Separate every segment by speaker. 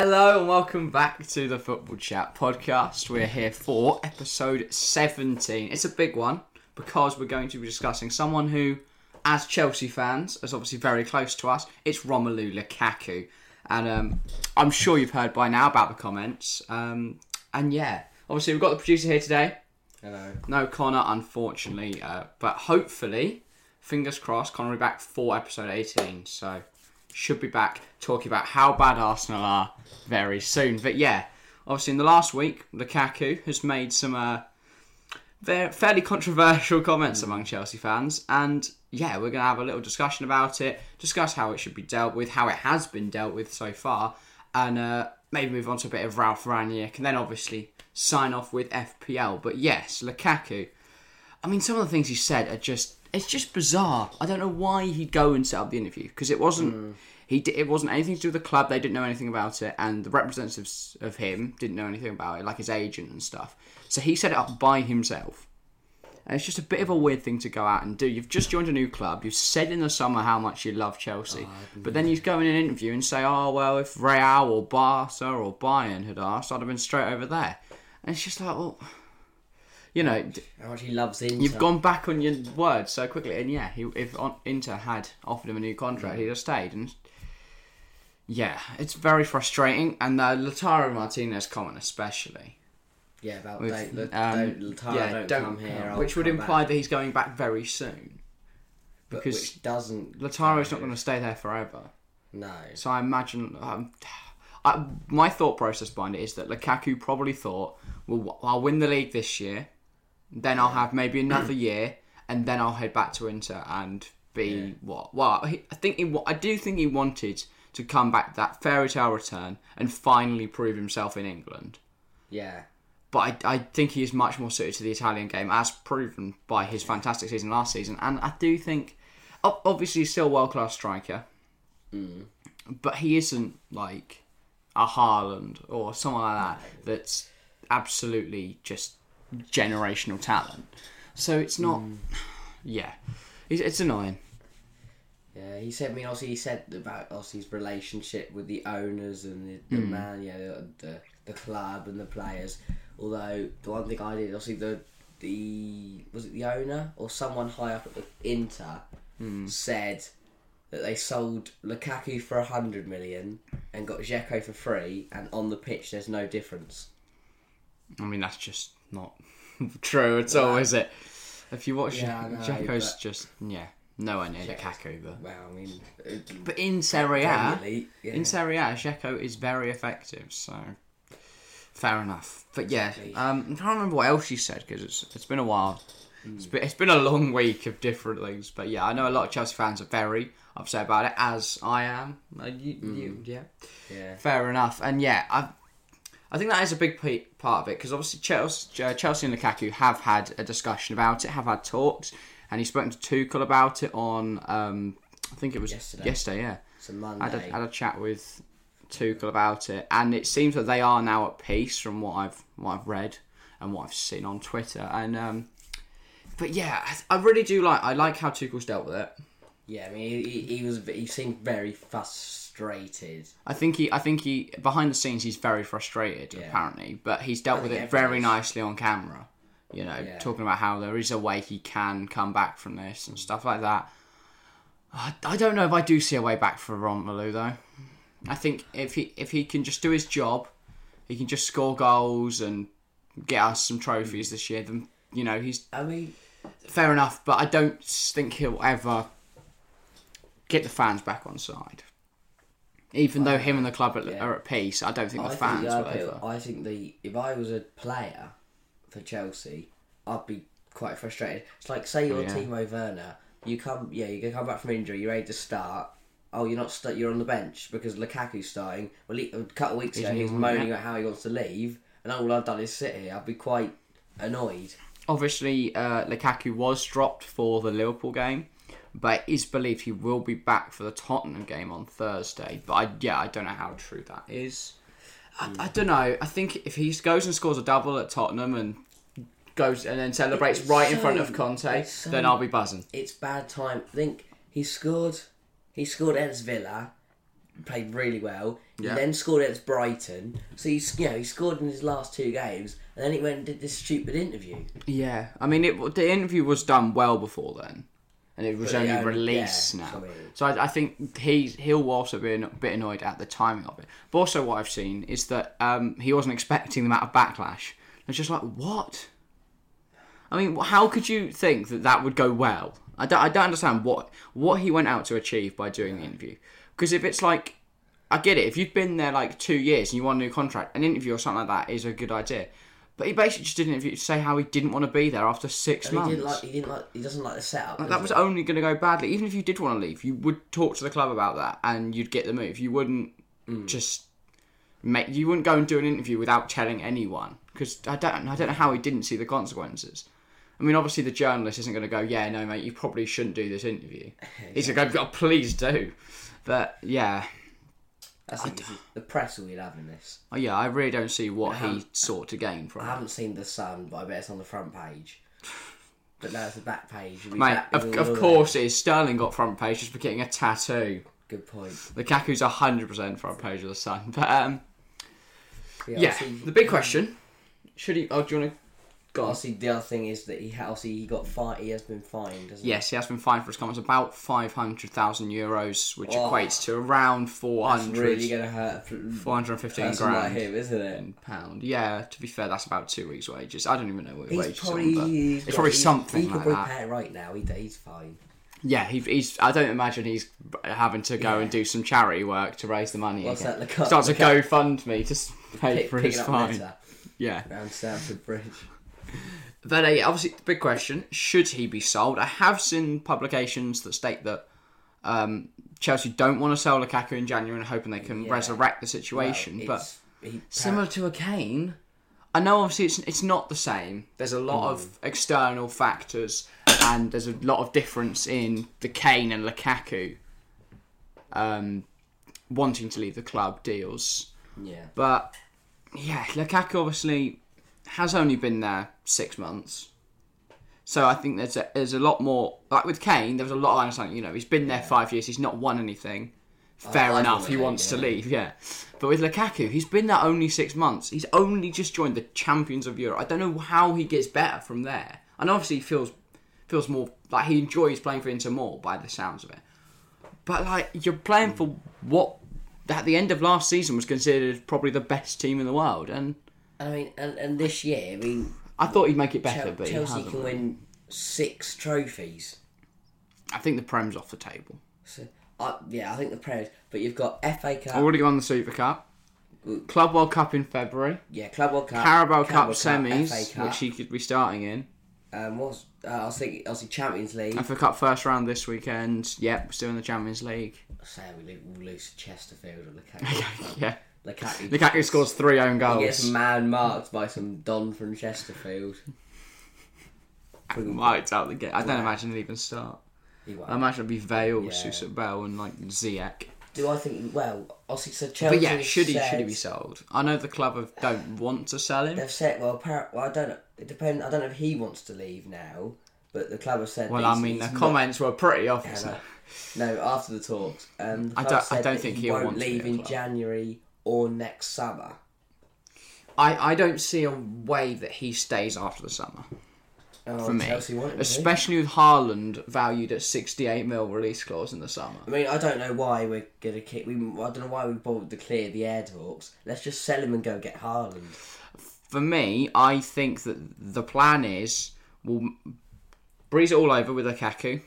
Speaker 1: Hello and welcome back to the Football Chat podcast. We're here for episode 17. It's a big one because we're going to be discussing someone who, as Chelsea fans, is obviously very close to us. It's Romelu Lukaku. And um, I'm sure you've heard by now about the comments. Um, and yeah, obviously, we've got the producer here today.
Speaker 2: Hello.
Speaker 1: No Connor, unfortunately, uh, but hopefully, fingers crossed, Connor will be back for episode 18. So, should be back talking about how bad Arsenal are very soon. But yeah, obviously, in the last week, Lukaku has made some uh, very, fairly controversial comments among Chelsea fans. And yeah, we're going to have a little discussion about it, discuss how it should be dealt with, how it has been dealt with so far, and uh, maybe move on to a bit of Ralph Raniak, and then obviously sign off with FPL. But yes, Lukaku. I mean, some of the things he said are just. It's just bizarre. I don't know why he'd go and set up the interview because it wasn't. He di- it wasn't anything to do with the club. They didn't know anything about it, and the representatives of him didn't know anything about it, like his agent and stuff. So he set it up by himself. And it's just a bit of a weird thing to go out and do. You've just joined a new club. You've said in the summer how much you love Chelsea, but then you go in an interview and say, "Oh well, if Real or Barca or Bayern had asked, I'd have been straight over there." And it's just like, well, you know, d-
Speaker 2: How much he loves Inter.
Speaker 1: You've gone back on your word so quickly, and yeah, he, if on- Inter had offered him a new contract, he'd have stayed. And yeah, it's very frustrating. And uh, Lautaro Martinez comment, especially,
Speaker 2: Yeah, about
Speaker 1: with,
Speaker 2: don't, look,
Speaker 1: um,
Speaker 2: don't, Lautaro,
Speaker 1: yeah,
Speaker 2: don't, come here. I'll
Speaker 1: which would
Speaker 2: come
Speaker 1: imply
Speaker 2: back.
Speaker 1: that he's going back very soon.
Speaker 2: But
Speaker 1: because
Speaker 2: which doesn't.
Speaker 1: Lautaro's not going to stay there forever.
Speaker 2: No.
Speaker 1: So I imagine. Um, I, my thought process behind it is that Lukaku probably thought, well, I'll win the league this year, then I'll have maybe another year, and then I'll head back to Inter and be
Speaker 2: Yeah.
Speaker 1: what? Well, he, I think he, wa- I do think he wanted to come back that fairy tale return and finally prove himself in England.
Speaker 2: Yeah.
Speaker 1: But I, I think he is much more suited to the Italian game, as proven by his fantastic season last season. And I do think, o- obviously, he's still a world class striker,
Speaker 2: Mm.
Speaker 1: but he isn't like a Haaland or someone like that that's absolutely just generational talent. So it's not,
Speaker 2: Mm.
Speaker 1: yeah, it's, it's annoying.
Speaker 2: Yeah, he said. I mean, obviously, he said about obviously his relationship with the owners and the,
Speaker 1: Hmm.
Speaker 2: the man, you know, the the club and the players. Although the one thing I did, obviously, the the was it the owner or someone high up at the Inter
Speaker 1: Hmm.
Speaker 2: said that they sold Lukaku for hundred million and got Dzeko for free, and on the pitch there's no difference.
Speaker 1: I mean, that's just not true at all, is it? If you watch,
Speaker 2: Yeah, I
Speaker 1: yeah,
Speaker 2: know,
Speaker 1: Jacko's
Speaker 2: but-
Speaker 1: just yeah, nowhere near Lukaku, but.
Speaker 2: Well, I mean, it-
Speaker 1: But in Serie A,
Speaker 2: Premier League, yeah.
Speaker 1: in Serie A, Dzeko is very effective. So fair enough. But yeah, um, I can't remember what else you said because it's it's been a while.
Speaker 2: Hmm.
Speaker 1: It's been, it's been a long week of different things. But yeah, I know a lot of Chelsea fans are very upset about it, as I am. Uh, you,
Speaker 2: Hmm.
Speaker 1: you, yeah.
Speaker 2: yeah,
Speaker 1: Fair enough. And yeah, I I think that is a big pe- part of it because obviously Chelsea, uh, Chelsea and Lukaku have had a discussion about it, have had talks, and he's spoken to Tuchel about it on um, I think it was
Speaker 2: Yesterday.
Speaker 1: yesterday yeah.
Speaker 2: it's a Monday.
Speaker 1: I had, a, had a chat with Tuchel about it, and it seems that they are now at peace from what I've what I've read and what I've seen on Twitter. And um, but yeah, I, I really do like I like how Tuchel's dealt with it.
Speaker 2: Yeah, I mean, he, he he was he seemed very frustrated.
Speaker 1: I think he I think he behind the scenes he's very frustrated
Speaker 2: Yeah.
Speaker 1: apparently, but he's dealt with
Speaker 2: think
Speaker 1: it very
Speaker 2: everyone is.
Speaker 1: nicely on camera. You know,
Speaker 2: Yeah.
Speaker 1: talking about how there is a way he can come back from this and stuff like that. I, I don't know if I do see a way back for Romelu though. I think if he if he can just do his job, he can just score goals and get us some
Speaker 2: Mm.
Speaker 1: trophies this year. Then you know he's
Speaker 2: I mean,
Speaker 1: fair enough, but I don't think he'll ever get the fans back on side. Even though him and the club are, are at peace, I don't think the
Speaker 2: Oh, I
Speaker 1: fans
Speaker 2: think,
Speaker 1: will
Speaker 2: the
Speaker 1: ever.
Speaker 2: IPL I think the if I was a player for Chelsea, I'd be quite frustrated. It's like say you're
Speaker 1: Oh, Yeah.
Speaker 2: Timo Werner, you come yeah you come back from injury, you're ready to start. Oh, you're not st- you're on the bench because Lukaku's starting. Well, he, a couple of weeks ago he was
Speaker 1: even-
Speaker 2: moaning about how he wants to leave, and all I've done is sit here. I'd be quite annoyed.
Speaker 1: Obviously, uh, Lukaku was dropped for the Liverpool game, but it is believed he will be back for the Tottenham game on Thursday. But I, yeah, I don't know how true that is. I,
Speaker 2: Hmm.
Speaker 1: I don't know. I think if he goes and scores a double at Tottenham and goes and then celebrates
Speaker 2: It's
Speaker 1: right in
Speaker 2: so-
Speaker 1: front of Conte,
Speaker 2: it's so-
Speaker 1: then I'll be buzzing.
Speaker 2: it's bad time. I think he scored. He scored against Villa, played really well.
Speaker 1: Yeah.
Speaker 2: He then scored against Brighton. So he's you know he scored in his last two games, and then he went and did this stupid interview.
Speaker 1: Yeah, I mean, it, the interview was done well before then, and it was
Speaker 2: But it
Speaker 1: only
Speaker 2: only-
Speaker 1: released
Speaker 2: yeah,
Speaker 1: now.
Speaker 2: sorry.
Speaker 1: So I, I think he he'll also be a bit annoyed at the timing of it. But also, what I've seen is that um, he wasn't expecting the amount of backlash. It's just like what? I mean, how could you think that that would go well? I don't, I don't understand what what he went out to achieve by doing the interview. Because if it's like, I get it. If you've been there like two years and you want a new contract, an interview or something like that is a good idea. But he basically just did an interview to say how he didn't want to be there after six
Speaker 2: And
Speaker 1: months.
Speaker 2: he didn't like he didn't like he doesn't like the setup. does
Speaker 1: that was
Speaker 2: he?
Speaker 1: only going to go badly. Even if you did want to leave, you would talk to the club about that and you'd get the move. You wouldn't
Speaker 2: Hmm.
Speaker 1: just make. You wouldn't go and do an interview without telling anyone because I don't. I don't know how he didn't see the consequences. I mean, obviously the journalist isn't going to go, yeah, no, mate, you probably shouldn't do this interview. He's going to go, please do. But yeah,
Speaker 2: That's the, the press we're having this.
Speaker 1: Oh, yeah, I really don't see what he sought to gain from
Speaker 2: Um, I
Speaker 1: it.
Speaker 2: haven't seen the Sun, but I bet it's on the front page. But now it's the back page. It'll be
Speaker 1: Mate,
Speaker 2: back with
Speaker 1: of,
Speaker 2: all
Speaker 1: of
Speaker 2: that.
Speaker 1: course it is. Sterling got front page just for getting a tattoo.
Speaker 2: Good point.
Speaker 1: The Kaku's 100% front page of the Sun. But um,
Speaker 2: Yeah.
Speaker 1: Yeah,
Speaker 2: obviously-
Speaker 1: the big question. Should he? Oh, do you want to? Go on.
Speaker 2: Obviously, the other thing is that he ha- obviously he got fi- he has been fined. Hasn't
Speaker 1: Yes, he has been fined for his comments about five hundred thousand euros, which
Speaker 2: Oh.
Speaker 1: equates to around four
Speaker 2: he?
Speaker 1: hundred,
Speaker 2: It's really gonna hurt. a pl-
Speaker 1: four hundred fifteen
Speaker 2: person like
Speaker 1: grand
Speaker 2: him, isn't it?
Speaker 1: pound. Yeah, to be fair, that's about two weeks' wages. I don't even know what
Speaker 2: He's
Speaker 1: wages
Speaker 2: probably
Speaker 1: are, but
Speaker 2: he's
Speaker 1: it's
Speaker 2: got-
Speaker 1: probably
Speaker 2: he's-
Speaker 1: something
Speaker 2: He can
Speaker 1: like
Speaker 2: probably
Speaker 1: that.
Speaker 2: pay it right now. He, he's fine.
Speaker 1: Yeah, he, he's. I don't imagine he's having to go and do some charity work to raise the money.
Speaker 2: What's
Speaker 1: again.
Speaker 2: that, the cut-
Speaker 1: Starts
Speaker 2: the
Speaker 1: a GoFundMe to s- pay
Speaker 2: Pick,
Speaker 1: for
Speaker 2: picking
Speaker 1: his
Speaker 2: up
Speaker 1: fine.
Speaker 2: litter
Speaker 1: Yeah.
Speaker 2: around Stamford Bridge.
Speaker 1: But uh, yeah, obviously, the big question: Should he be sold? I have seen publications that state that um, Chelsea don't want to sell Lukaku in January and hoping they can
Speaker 2: Yeah.
Speaker 1: resurrect the situation. but
Speaker 2: It's- he,
Speaker 1: similar to a Kane, I know obviously it's it's not the same. There's a lot
Speaker 2: Mm.
Speaker 1: of external factors, and there's a lot of difference in the Kane and Lukaku um, wanting to leave the club deals.
Speaker 2: yeah.
Speaker 1: But yeah, Lukaku obviously has only been there six months. So I think there's a, there's a lot more like with Kane. There was a lot of understanding. You know, he's been there five years. He's not won anything. Fair
Speaker 2: Oh, I
Speaker 1: enough.
Speaker 2: thought
Speaker 1: He
Speaker 2: that,
Speaker 1: wants to
Speaker 2: yeah.
Speaker 1: leave. Yeah, but with Lukaku, he's been there only six months. He's only just joined the champions of Europe. I don't know how he gets better from there. And obviously, he feels feels more like he enjoys playing for Inter more by the sounds of it. But like you're playing for what at the end of last season was considered probably the best team in the world, and
Speaker 2: And I mean, and, and this year, I mean,
Speaker 1: I thought he'd make it better,
Speaker 2: Chel-
Speaker 1: but he
Speaker 2: Chelsea
Speaker 1: hasn't.
Speaker 2: can win six trophies.
Speaker 1: I think the Prem's off the table.
Speaker 2: So, I yeah, I think the prayers. But you've got FA Cup,
Speaker 1: Already on the Super Cup, Club World Cup in February,
Speaker 2: yeah, Club World Ah, Cup,
Speaker 1: Carabao
Speaker 2: Club
Speaker 1: Cup
Speaker 2: World
Speaker 1: semis,
Speaker 2: FA Cup,
Speaker 1: which he could be starting in,
Speaker 2: um, what's, uh, I was thinking, obviously Champions League.
Speaker 1: FA Cup first round this weekend. Yep, we're still in the Champions League.
Speaker 2: Say we lose, we lose to Chesterfield or Lukaku.
Speaker 1: Yeah,
Speaker 2: Lukaku,
Speaker 1: Lukaku scores three own
Speaker 2: gets
Speaker 1: goals.
Speaker 2: man marked by some don from Chesterfield.
Speaker 1: Lights out the gate. I don't imagine he'll even start.
Speaker 2: He won't.
Speaker 1: I imagine it'll be Vale,
Speaker 2: Yeah.
Speaker 1: Susa Bell, and like Ziyech.
Speaker 2: Do I think? Well, obviously, so Chelsea.
Speaker 1: But yeah, should he
Speaker 2: said,
Speaker 1: should he be sold? I know the club have, don't want to sell him.
Speaker 2: They've said, well, appar- well, I don't. know. It depends. I don't know if he wants to leave now, but the club have said.
Speaker 1: Well,
Speaker 2: that
Speaker 1: I
Speaker 2: he's-
Speaker 1: mean the
Speaker 2: he's not-
Speaker 1: comments were pretty obvious.
Speaker 2: Yeah, No, after the talks, um, the
Speaker 1: I
Speaker 2: club
Speaker 1: don't- I
Speaker 2: said
Speaker 1: don't
Speaker 2: that
Speaker 1: think
Speaker 2: he
Speaker 1: he'll
Speaker 2: won't
Speaker 1: want to be
Speaker 2: leave
Speaker 1: at
Speaker 2: in
Speaker 1: club.
Speaker 2: January or next summer.
Speaker 1: I, I don't see a way that he stays after the summer
Speaker 2: Oh,
Speaker 1: for me,
Speaker 2: Chelsea want him to.
Speaker 1: especially with Haaland valued at sixty-eight mil release clause in the summer.
Speaker 2: I mean, I don't know why we're gonna kick. We, I don't know why we bothered to clear the air talks. Let's just sell him and go get Haaland.
Speaker 1: For me, I think that the plan is we'll breeze it all over with Lukaku,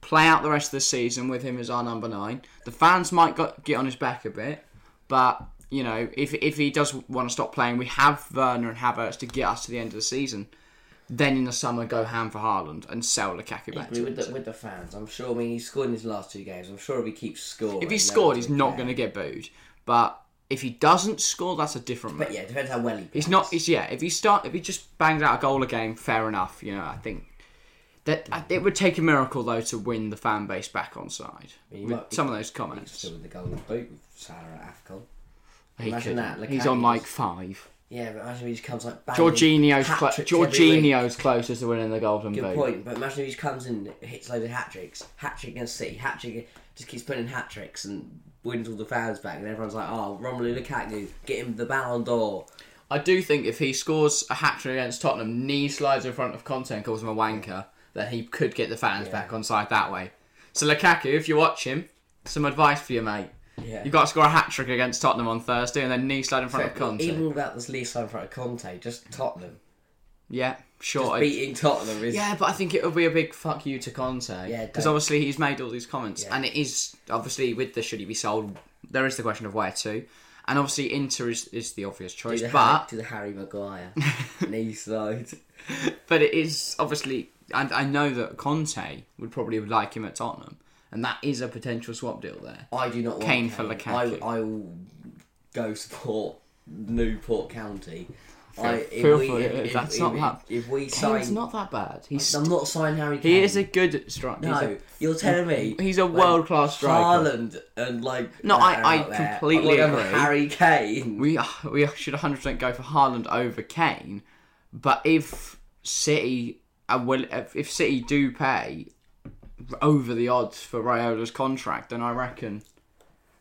Speaker 1: play out the rest of the season with him as our number nine. The fans might got, get on his back a bit, but you know if if he does want to stop playing, we have Werner and Havertz to get us to the end of the season. Then in the summer, go ham for Haaland and sell Lukaku back.
Speaker 2: I mean,
Speaker 1: to
Speaker 2: with
Speaker 1: us.
Speaker 2: the, with the fans, I'm sure. I mean, he's scored in his last two games. I'm sure if he keeps scoring,
Speaker 1: If he scored, he's not going to
Speaker 2: to.
Speaker 1: get booed. But if he doesn't score, that's a different.
Speaker 2: But
Speaker 1: matter.
Speaker 2: yeah, it depends how well he.
Speaker 1: He's
Speaker 2: plays.
Speaker 1: not. He's yeah. If he start, if he just bangs out a goal a game, fair enough. You know, I think that I- it would take a miracle though to win the fan base back on side
Speaker 2: He
Speaker 1: with
Speaker 2: might be-
Speaker 1: some of those
Speaker 2: He's
Speaker 1: comments.
Speaker 2: still with the golden boot with Salah at Afcon.
Speaker 1: He
Speaker 2: Imagine
Speaker 1: couldn't.
Speaker 2: that,
Speaker 1: he's
Speaker 2: Lukaku
Speaker 1: on like
Speaker 2: just-
Speaker 1: five.
Speaker 2: Yeah, but imagine if he just comes like banging
Speaker 1: Jorginho's clo-
Speaker 2: hat-tricks every week.
Speaker 1: Jorginho's closest to winning the golden
Speaker 2: Good
Speaker 1: boot.
Speaker 2: point, but imagine if he just comes and hits loads of hat tricks, hat trick against City, hat trick. just keeps putting in hat tricks and wins all the fans back, and everyone's like, "Oh, Romelu Lukaku, get him the Ballon d'Or."
Speaker 1: I do think if he scores a hat trick against Tottenham, knee slides in front of Conte and calls him a wanker, then he could get the fans back on side that way. So Lukaku, if you watch him, some advice for you, mate.
Speaker 2: Yeah.
Speaker 1: You've got to score a hat trick against Tottenham on Thursday and then knee slide in front of Conte.
Speaker 2: Even without this lease line in front of Conte, just Tottenham.
Speaker 1: yeah, sure. I-
Speaker 2: Beating Tottenham is
Speaker 1: yeah, but I think it would be a big fuck you to Conte.
Speaker 2: Yeah,
Speaker 1: because
Speaker 2: don't-
Speaker 1: obviously he's made all these comments,
Speaker 2: Yeah.
Speaker 1: and it is obviously with the should he be sold, there is the question of where to, and obviously Inter is, is the obvious choice,
Speaker 2: to, the Harry,
Speaker 1: but
Speaker 2: to the Harry Maguire knee slide.
Speaker 1: but it is obviously, and I know that Conte would probably like him at Tottenham, and that is a potential swap deal there.
Speaker 2: I do not want
Speaker 1: Kane for Lukaku.
Speaker 2: I, I will go support Newport County. I, if
Speaker 1: feel
Speaker 2: we,
Speaker 1: free,
Speaker 2: if, if-
Speaker 1: that's
Speaker 2: if-
Speaker 1: not that-
Speaker 2: If we
Speaker 1: Kane's
Speaker 2: sign,
Speaker 1: not that bad. He's
Speaker 2: I'm not signing Harry. Kane.
Speaker 1: he is a good striker.
Speaker 2: No, you're telling me
Speaker 1: he's a world-class striker.
Speaker 2: Haaland and like
Speaker 1: No, I-
Speaker 2: that
Speaker 1: I
Speaker 2: out there.
Speaker 1: completely
Speaker 2: I'm not going
Speaker 1: agree.
Speaker 2: Harry Kane.
Speaker 1: We we should 100% go for Haaland over Kane, but if City are will if City do pay over the odds for Rayola's contract, then I reckon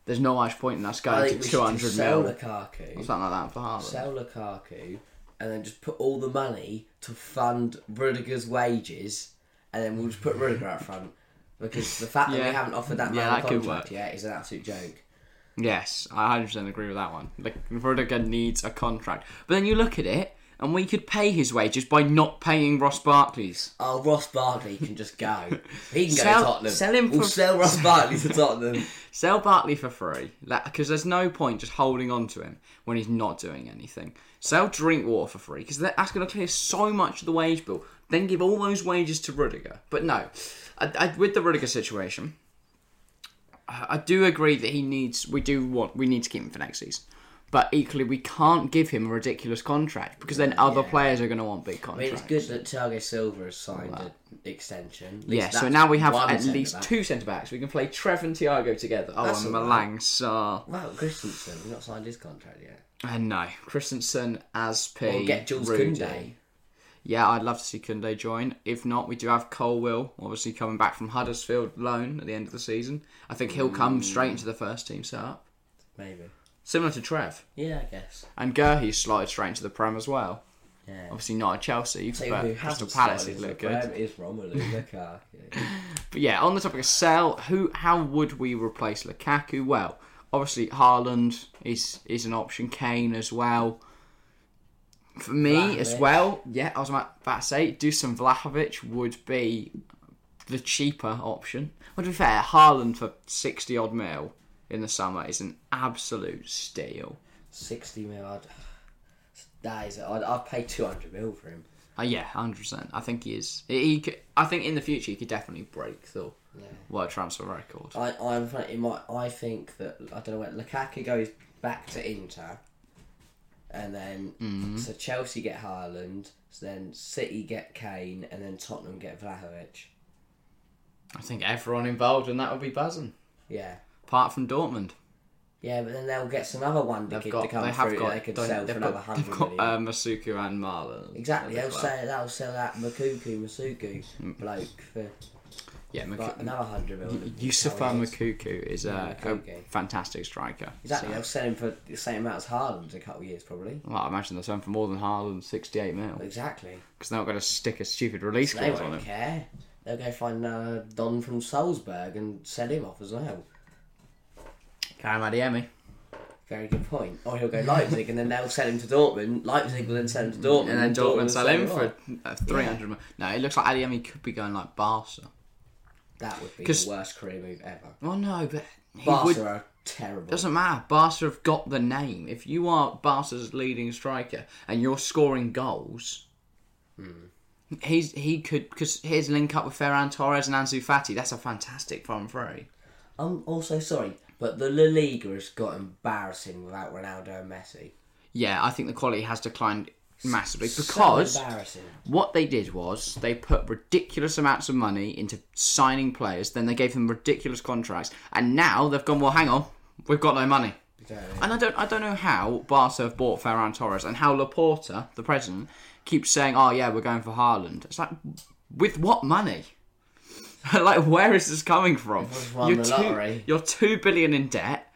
Speaker 1: there's no much point in us
Speaker 2: I
Speaker 1: going
Speaker 2: think
Speaker 1: to
Speaker 2: we should
Speaker 1: 200
Speaker 2: just sell
Speaker 1: mil or
Speaker 2: Lukaku,
Speaker 1: something like that for Haaland.
Speaker 2: sell Lukaku, and then just put all the money to fund Rudiger's wages, and then we'll just put Rudiger out front because the fact that
Speaker 1: Yeah.
Speaker 2: we haven't offered that
Speaker 1: Yeah,
Speaker 2: man a
Speaker 1: that could
Speaker 2: contract yet is an absolute joke.
Speaker 1: Yes, I 100% agree with that one. Like Rudiger needs a contract, but then you look at it, and we could pay his wages by not paying Ross Barkley's.
Speaker 2: Oh, Ross Barkley can just go. He can
Speaker 1: Sell-
Speaker 2: go to Tottenham.
Speaker 1: sell him
Speaker 2: we'll
Speaker 1: for-
Speaker 2: sell Ross Barkley to Tottenham.
Speaker 1: Sell Bartley for free, because there's no point just holding on to him when he's not doing anything. Sell Drinkwater for free, because that's going to clear so much of the wage bill. Then give all those wages to Rudiger. But no, I, I, with the Rudiger situation, I, I do agree that he needs. We do want. We need to keep him for next season. But equally, we can't give him a ridiculous contract because then other players are going to want big
Speaker 2: I mean,
Speaker 1: contracts.
Speaker 2: it's good that Thiago Silva has signed an extension. At least
Speaker 1: Yeah, so
Speaker 2: that's
Speaker 1: now we have
Speaker 2: one
Speaker 1: at
Speaker 2: centre
Speaker 1: least
Speaker 2: back.
Speaker 1: two centre backs. We can play Trev and Tiago together. Oh,
Speaker 2: That's
Speaker 1: and
Speaker 2: all
Speaker 1: Malang Sarr.
Speaker 2: Wow, Christensen, we've not signed his contract yet.
Speaker 1: And no, Christensen, Aspi,
Speaker 2: We'll get Jules
Speaker 1: Rudy.
Speaker 2: Koundé.
Speaker 1: Yeah, I'd love to see Kunde join. If not, we do have Cole Will, obviously coming back from Huddersfield loan at the end of the season. I think he'll come straight into the first team setup,
Speaker 2: Maybe.
Speaker 1: similar to Trev.
Speaker 2: Yeah, I guess.
Speaker 1: And Gurhy's slotted straight into the Prem as well.
Speaker 2: Yeah.
Speaker 1: Obviously not at Chelsea,
Speaker 2: Tell you who
Speaker 1: Oh, but Crystal
Speaker 2: hasn't
Speaker 1: Palace
Speaker 2: started
Speaker 1: did
Speaker 2: is
Speaker 1: look
Speaker 2: the
Speaker 1: good.
Speaker 2: Prem Is Romelu Lukaku.
Speaker 1: But yeah, on the topic of sell, who how would we replace Lukaku? Well, obviously Haaland is is an option, Kane as well. For me as
Speaker 2: Vlahovic.
Speaker 1: well, yeah, I was about to say Dusan Vlahovic would be the cheaper option. Well, to be fair, Haaland for sixty odd mil in the summer is an absolute steal.
Speaker 2: Sixty mil. I'd, that is. I'd, I'd pay two hundred mil for him.
Speaker 1: Uh, yeah, hundred percent. I think he is. He, he could, I think in the future he could definitely break the world transfer record.
Speaker 2: I, I'm fr- it might, I think that I don't know where Lukaku goes back to Inter, and then
Speaker 1: Mm-hmm.
Speaker 2: so Chelsea get Haaland, so then City get Kane, and then Tottenham get Vlahovic.
Speaker 1: I think everyone involved in that would be buzzing.
Speaker 2: Yeah,
Speaker 1: apart from Dortmund.
Speaker 2: yeah, but then they'll get some other wonder
Speaker 1: They've
Speaker 2: kid
Speaker 1: got,
Speaker 2: to come
Speaker 1: they have
Speaker 2: through
Speaker 1: got,
Speaker 2: that they could
Speaker 1: don't-
Speaker 2: sell for
Speaker 1: they've
Speaker 2: another
Speaker 1: got,
Speaker 2: hundred
Speaker 1: they've
Speaker 2: million.
Speaker 1: got uh, Masuku and Marlon.
Speaker 2: exactly,
Speaker 1: They'll
Speaker 2: they'll
Speaker 1: be like-
Speaker 2: sell they'll sell that Makuku Masuku
Speaker 1: Mm.
Speaker 2: bloke for
Speaker 1: Yeah, Maku-
Speaker 2: like another hundred million.
Speaker 1: Yusufa Makuku is a, a
Speaker 2: Makuku.
Speaker 1: fantastic striker.
Speaker 2: Exactly,
Speaker 1: So-
Speaker 2: they'll sell him for the same amount as Haaland in a couple of years probably.
Speaker 1: well, I imagine they're selling for more than Haaland, 68 mil,
Speaker 2: Exactly.
Speaker 1: because they're not going to stick a stupid release
Speaker 2: They
Speaker 1: clause on
Speaker 2: won't
Speaker 1: him.
Speaker 2: care. They'll go find uh, Don from Salzburg and send him off as well.
Speaker 1: Karim Adiemi.
Speaker 2: Very good point. Or he'll go Leipzig and then they'll sell him to Dortmund. Leipzig will then sell him to Dortmund.
Speaker 1: Mm, And then Dortmund sell him
Speaker 2: will
Speaker 1: for
Speaker 2: on.
Speaker 1: uh, 300 mil. No, it looks like Adiemi could be going like Barca.
Speaker 2: That would be
Speaker 1: 'Cause-
Speaker 2: the worst career move ever.
Speaker 1: Well, no, but he
Speaker 2: Barca
Speaker 1: would...
Speaker 2: are terrible.
Speaker 1: Doesn't matter. Barca have got the name. If you are Barca's leading striker and you're scoring goals, he's he could because his link up with Ferran Torres and Ansu Fati. That's a fantastic front three.
Speaker 2: I'm also sorry, but the La Liga has got embarrassing without Ronaldo and Messi.
Speaker 1: Yeah, I think the quality has declined massively because
Speaker 2: so embarrassing.
Speaker 1: what they did was they put ridiculous amounts of money into signing players. Then they gave them ridiculous contracts, and now they've gone. Well, hang on, we've got no money.
Speaker 2: Exactly.
Speaker 1: And I don't, I don't know how Barca have bought Ferran Torres and how Laporta, the president, keeps saying, "Oh yeah, we're going for Haaland." It's like, with what money? like, where is this coming from?
Speaker 2: Everyone's won the lottery.
Speaker 1: you're two billion in debt.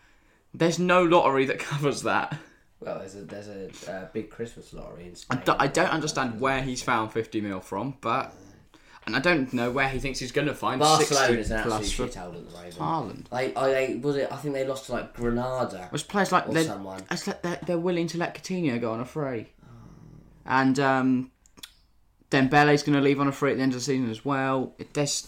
Speaker 1: There's no lottery that covers that.
Speaker 2: Well, there's a there's a uh, big Christmas lottery in
Speaker 1: I
Speaker 2: Spain.
Speaker 1: do- I don't understand where he's found 50 mil from, but. And I don't know where he thinks he's going to find
Speaker 2: Barcelona
Speaker 1: 60
Speaker 2: is an absolute
Speaker 1: plus for
Speaker 2: shithole at the moment.
Speaker 1: Haaland.
Speaker 2: Like, I, they, was it? I think they lost to like Granada.
Speaker 1: It's players like
Speaker 2: Or
Speaker 1: they're,
Speaker 2: someone.
Speaker 1: It's like they're, they're willing to let Coutinho go on a free, and um, Dembele's going to leave on a free at the end of the season as well. It- There's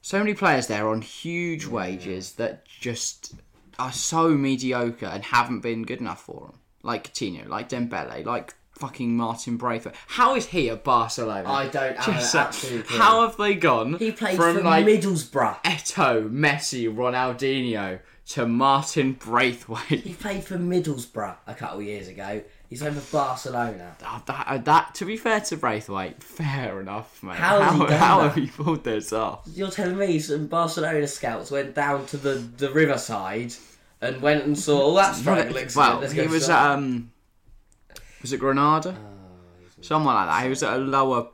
Speaker 1: so many players there on huge wages that just are so mediocre and haven't been good enough for them. Like Coutinho, like Dembele, like fucking Martin Braithwaite. How is he at Barcelona?
Speaker 2: I don't have
Speaker 1: Just
Speaker 2: an
Speaker 1: like,
Speaker 2: absolute clue.
Speaker 1: How have they gone
Speaker 2: He played
Speaker 1: from
Speaker 2: for
Speaker 1: like
Speaker 2: Middlesbrough.
Speaker 1: Eto, Messi, Ronaldinho to Martin Braithwaite?
Speaker 2: He played for Middlesbrough a couple of years ago. He's over Barcelona.
Speaker 1: Oh, that, uh, that to be fair to Braithwaite, fair enough, mate.
Speaker 2: How has he done
Speaker 1: how
Speaker 2: that?
Speaker 1: have you pulled this off?
Speaker 2: You're telling me some Barcelona scouts went down to the, the riverside and went and saw "Oh, all that struggling.
Speaker 1: well, he was at, um, was it
Speaker 2: Uh,
Speaker 1: Granada? Someone like that. He was at a lower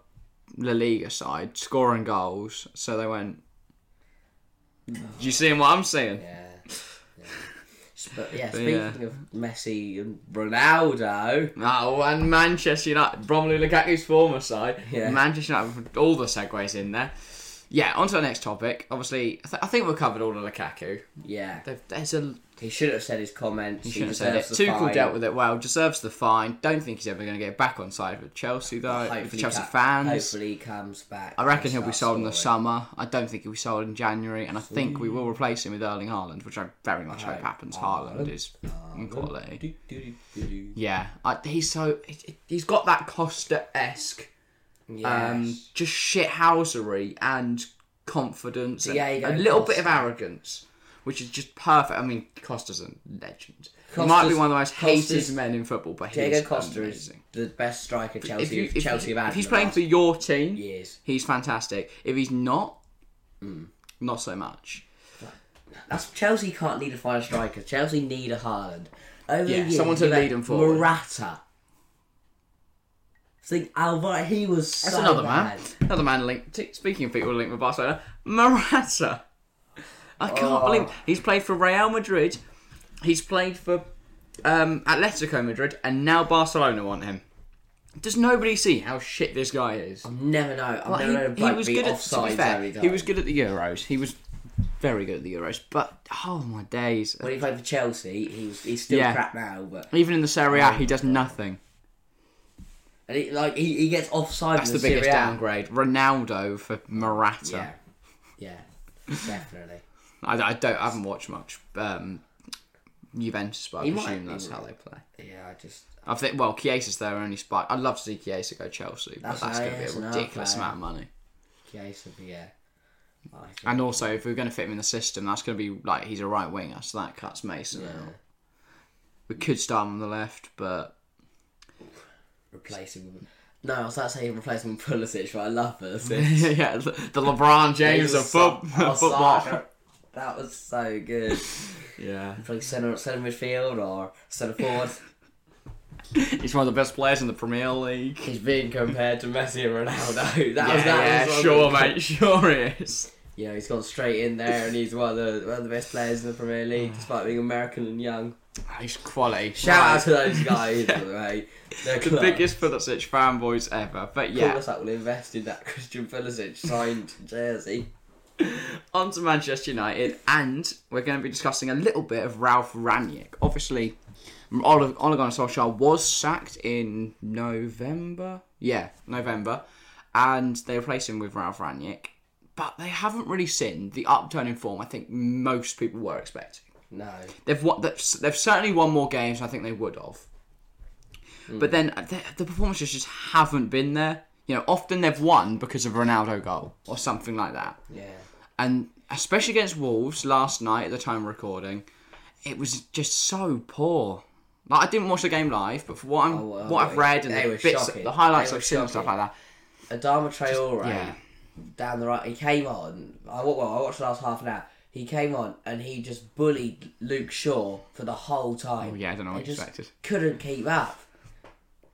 Speaker 1: La Liga side, scoring goals. So they went. Do you seeing what I'm seeing?
Speaker 2: Yeah. yeah. But yeah,
Speaker 1: yeah.
Speaker 2: speaking of Messi and Ronaldo,
Speaker 1: Oh, and Manchester United, Romelu Lukaku's former side,
Speaker 2: Yeah.
Speaker 1: Manchester United, all the segues in there. Yeah, on to the next topic. Obviously, I, th- I think we've covered all of Lukaku.
Speaker 2: yeah,
Speaker 1: There- There's a
Speaker 2: he should have said his comments. He,
Speaker 1: Shouldn't have said it.
Speaker 2: deserves the
Speaker 1: Tuchel
Speaker 2: fine.
Speaker 1: dealt with it well. Deserves the fine. Don't think he's ever going to get back on side with Chelsea though. with the
Speaker 2: Hopefully,
Speaker 1: Chelsea
Speaker 2: ca-
Speaker 1: fans.
Speaker 2: hopefully he comes back.
Speaker 1: I reckon he'll be
Speaker 2: and
Speaker 1: sold in the
Speaker 2: starts
Speaker 1: summer. I don't think he'll be sold in January, and I think we will replace him with Erling Haaland, which I very much hope
Speaker 2: hope
Speaker 1: happens.
Speaker 2: Mm. Haaland.
Speaker 1: Haaland is in
Speaker 2: scoring.
Speaker 1: quality.
Speaker 2: Do-do-do-do-do.
Speaker 1: Yeah, I, he's so he- he's got that Costa esque, um,
Speaker 2: Yes.
Speaker 1: just shithousery and confidence, and
Speaker 2: Diego
Speaker 1: a little bit
Speaker 2: Costa.
Speaker 1: of arrogance, which is just perfect. I mean, Costa's a legend. he might be
Speaker 2: Costa's-
Speaker 1: one of the most
Speaker 2: Costa's-
Speaker 1: hated men in football, but
Speaker 2: Diego
Speaker 1: he's
Speaker 2: Costa
Speaker 1: amazing.
Speaker 2: is the best striker Chelsea
Speaker 1: if, you, if,
Speaker 2: Chelsea have had.
Speaker 1: if he's
Speaker 2: in the
Speaker 1: playing
Speaker 2: last
Speaker 1: for your team,
Speaker 2: years,
Speaker 1: he's fantastic. If he's not,
Speaker 2: Mm.
Speaker 1: not so much.
Speaker 2: that's Chelsea can't need a fine striker. Chelsea need a Haaland. Over the
Speaker 1: Yeah,
Speaker 2: years,
Speaker 1: someone to
Speaker 2: you've had
Speaker 1: lead 'em forward.
Speaker 2: Morata. Think Alvaro, he was
Speaker 1: That's
Speaker 2: so
Speaker 1: another
Speaker 2: bad.
Speaker 1: man. Another man linked. t- Speaking of people linked with Barcelona, Morata. I can't
Speaker 2: Oh.
Speaker 1: believe he's played for Real Madrid. He's played for um, Atletico Madrid, and now Barcelona want him. Does nobody see how shit this guy is?
Speaker 2: Never know. I've
Speaker 1: Well,
Speaker 2: never known a
Speaker 1: he,
Speaker 2: bloke
Speaker 1: he was
Speaker 2: be
Speaker 1: good at to be
Speaker 2: offside
Speaker 1: fair,
Speaker 2: every
Speaker 1: he was
Speaker 2: time.
Speaker 1: good at the Euros. He was very good at the Euros. But oh my days,
Speaker 2: when he played for Chelsea. He was, he's still
Speaker 1: Yeah.
Speaker 2: crap now, but
Speaker 1: Even in the Serie
Speaker 2: Oh,
Speaker 1: A, he does nothing.
Speaker 2: and he, like he, he gets offside.
Speaker 1: That's
Speaker 2: in
Speaker 1: the
Speaker 2: the
Speaker 1: biggest
Speaker 2: Serie A.
Speaker 1: downgrade. Ronaldo for Morata.
Speaker 2: Yeah, yeah, definitely.
Speaker 1: I, I don't. I haven't watched much um, Juventus, but I
Speaker 2: He might
Speaker 1: assume
Speaker 2: be
Speaker 1: that's how
Speaker 2: right.
Speaker 1: they play.
Speaker 2: Yeah, I just
Speaker 1: I think. Well, Chiesa's their only spot. I'd love to see Chiesa go Chelsea, but
Speaker 2: That's
Speaker 1: that's
Speaker 2: how
Speaker 1: going to
Speaker 2: he
Speaker 1: be
Speaker 2: is,
Speaker 1: a
Speaker 2: an
Speaker 1: ridiculous
Speaker 2: outlier.
Speaker 1: amount of money.
Speaker 2: Case of yeah. I think-
Speaker 1: And also, if we're going to fit him in the system, that's going to be like he's a right winger, so that cuts Mason out. We could start him on the left, but
Speaker 2: replace him. with- No, I was about to say replace him with Pulisic, but I love Pulisic.
Speaker 1: yeah, the the LeBron James of
Speaker 2: was
Speaker 1: foot,
Speaker 2: so- oh,
Speaker 1: football.
Speaker 2: soccer. That was so good.
Speaker 1: Yeah,
Speaker 2: Like centre, centre midfield or centre forward.
Speaker 1: he's one of the best players in the Premier League.
Speaker 2: He's being compared to Messi and Ronaldo. That
Speaker 1: Yeah,
Speaker 2: was that.
Speaker 1: yeah,
Speaker 2: was one of
Speaker 1: sure,
Speaker 2: the-
Speaker 1: mate, sure is.
Speaker 2: You know, he's gone straight in there, and he's one of the one of the best players in the Premier League, despite being American and young.
Speaker 1: He's quality.
Speaker 2: Shout
Speaker 1: Right.
Speaker 2: out to those guys, by the way. They're
Speaker 1: the
Speaker 2: class.
Speaker 1: biggest Pulisic fanboys ever. But
Speaker 2: Call
Speaker 1: yeah,
Speaker 2: us up. We'll invest in that Christian Pulisic signed jersey.
Speaker 1: on to Manchester United, and we're going to be discussing a little bit of Ralph Ranick. Obviously, Ole Ole Gunnar Solskjaer was sacked in November. Yeah, November, and they replaced him with Ralph Ranick. But they haven't really seen the upturn in form I think most people were expecting.
Speaker 2: No,
Speaker 1: They've won, they've they've certainly won more games than I think they would have.
Speaker 2: Hmm.
Speaker 1: But then uh, the, the performances just haven't been there. You know, often they've won because of Ronaldo goal or something like that.
Speaker 2: yeah.
Speaker 1: And especially against Wolves last night at the time of recording, it was just so poor. Like I didn't watch the game live, but for what I'm,
Speaker 2: Oh, well,
Speaker 1: what I've
Speaker 2: they-
Speaker 1: read and
Speaker 2: they were
Speaker 1: the bits,
Speaker 2: shocking.
Speaker 1: the highlights
Speaker 2: They were
Speaker 1: I've seen and stuff
Speaker 2: shocking.
Speaker 1: like that,
Speaker 2: Adama Traore
Speaker 1: yeah.
Speaker 2: down the right. He came on. I wa- well, I watched the last half an hour. He came on and he just bullied Luke Shaw for the whole time.
Speaker 1: Oh, yeah, I don't know
Speaker 2: They
Speaker 1: what you
Speaker 2: just
Speaker 1: expected.
Speaker 2: Couldn't keep up.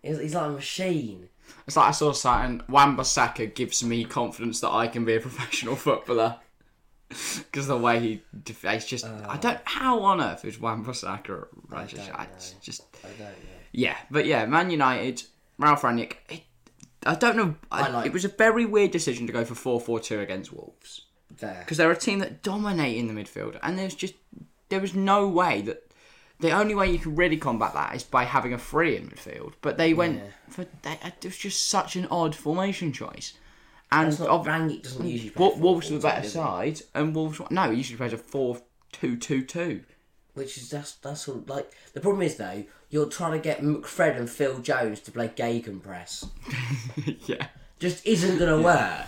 Speaker 2: He's, he's like a machine.
Speaker 1: It's like I saw something. Wambasaka gives me confidence that I can be a professional footballer. Because the way he, def- it's just I don't how on earth is Wambasaka or Rajasha?
Speaker 2: Uh, don't
Speaker 1: It's
Speaker 2: know.
Speaker 1: just
Speaker 2: I don't know.
Speaker 1: yeah, but yeah, Man United, Ralph Ranick. It, I don't know. I,
Speaker 2: I like-
Speaker 1: it was a very weird decision to go for four four two against Wolves
Speaker 2: There.
Speaker 1: because they're a team that dominate in the midfield, and there's just there was no way that the only way you could really combat that is by having a free in midfield. But they went for they, uh, it was just such an odd formation choice, and
Speaker 2: It's not,
Speaker 1: ob-
Speaker 2: Rangnick doesn't usually play
Speaker 1: Wol-
Speaker 2: four,
Speaker 1: Wolves
Speaker 2: four,
Speaker 1: were the better
Speaker 2: two, does he?
Speaker 1: side, and Wolves won- no, he usually plays a four two two two.
Speaker 2: Which is that's that's all, like the problem is though you're trying to get McFred and Phil Jones to play Gagan press
Speaker 1: yeah,
Speaker 2: just isn't gonna work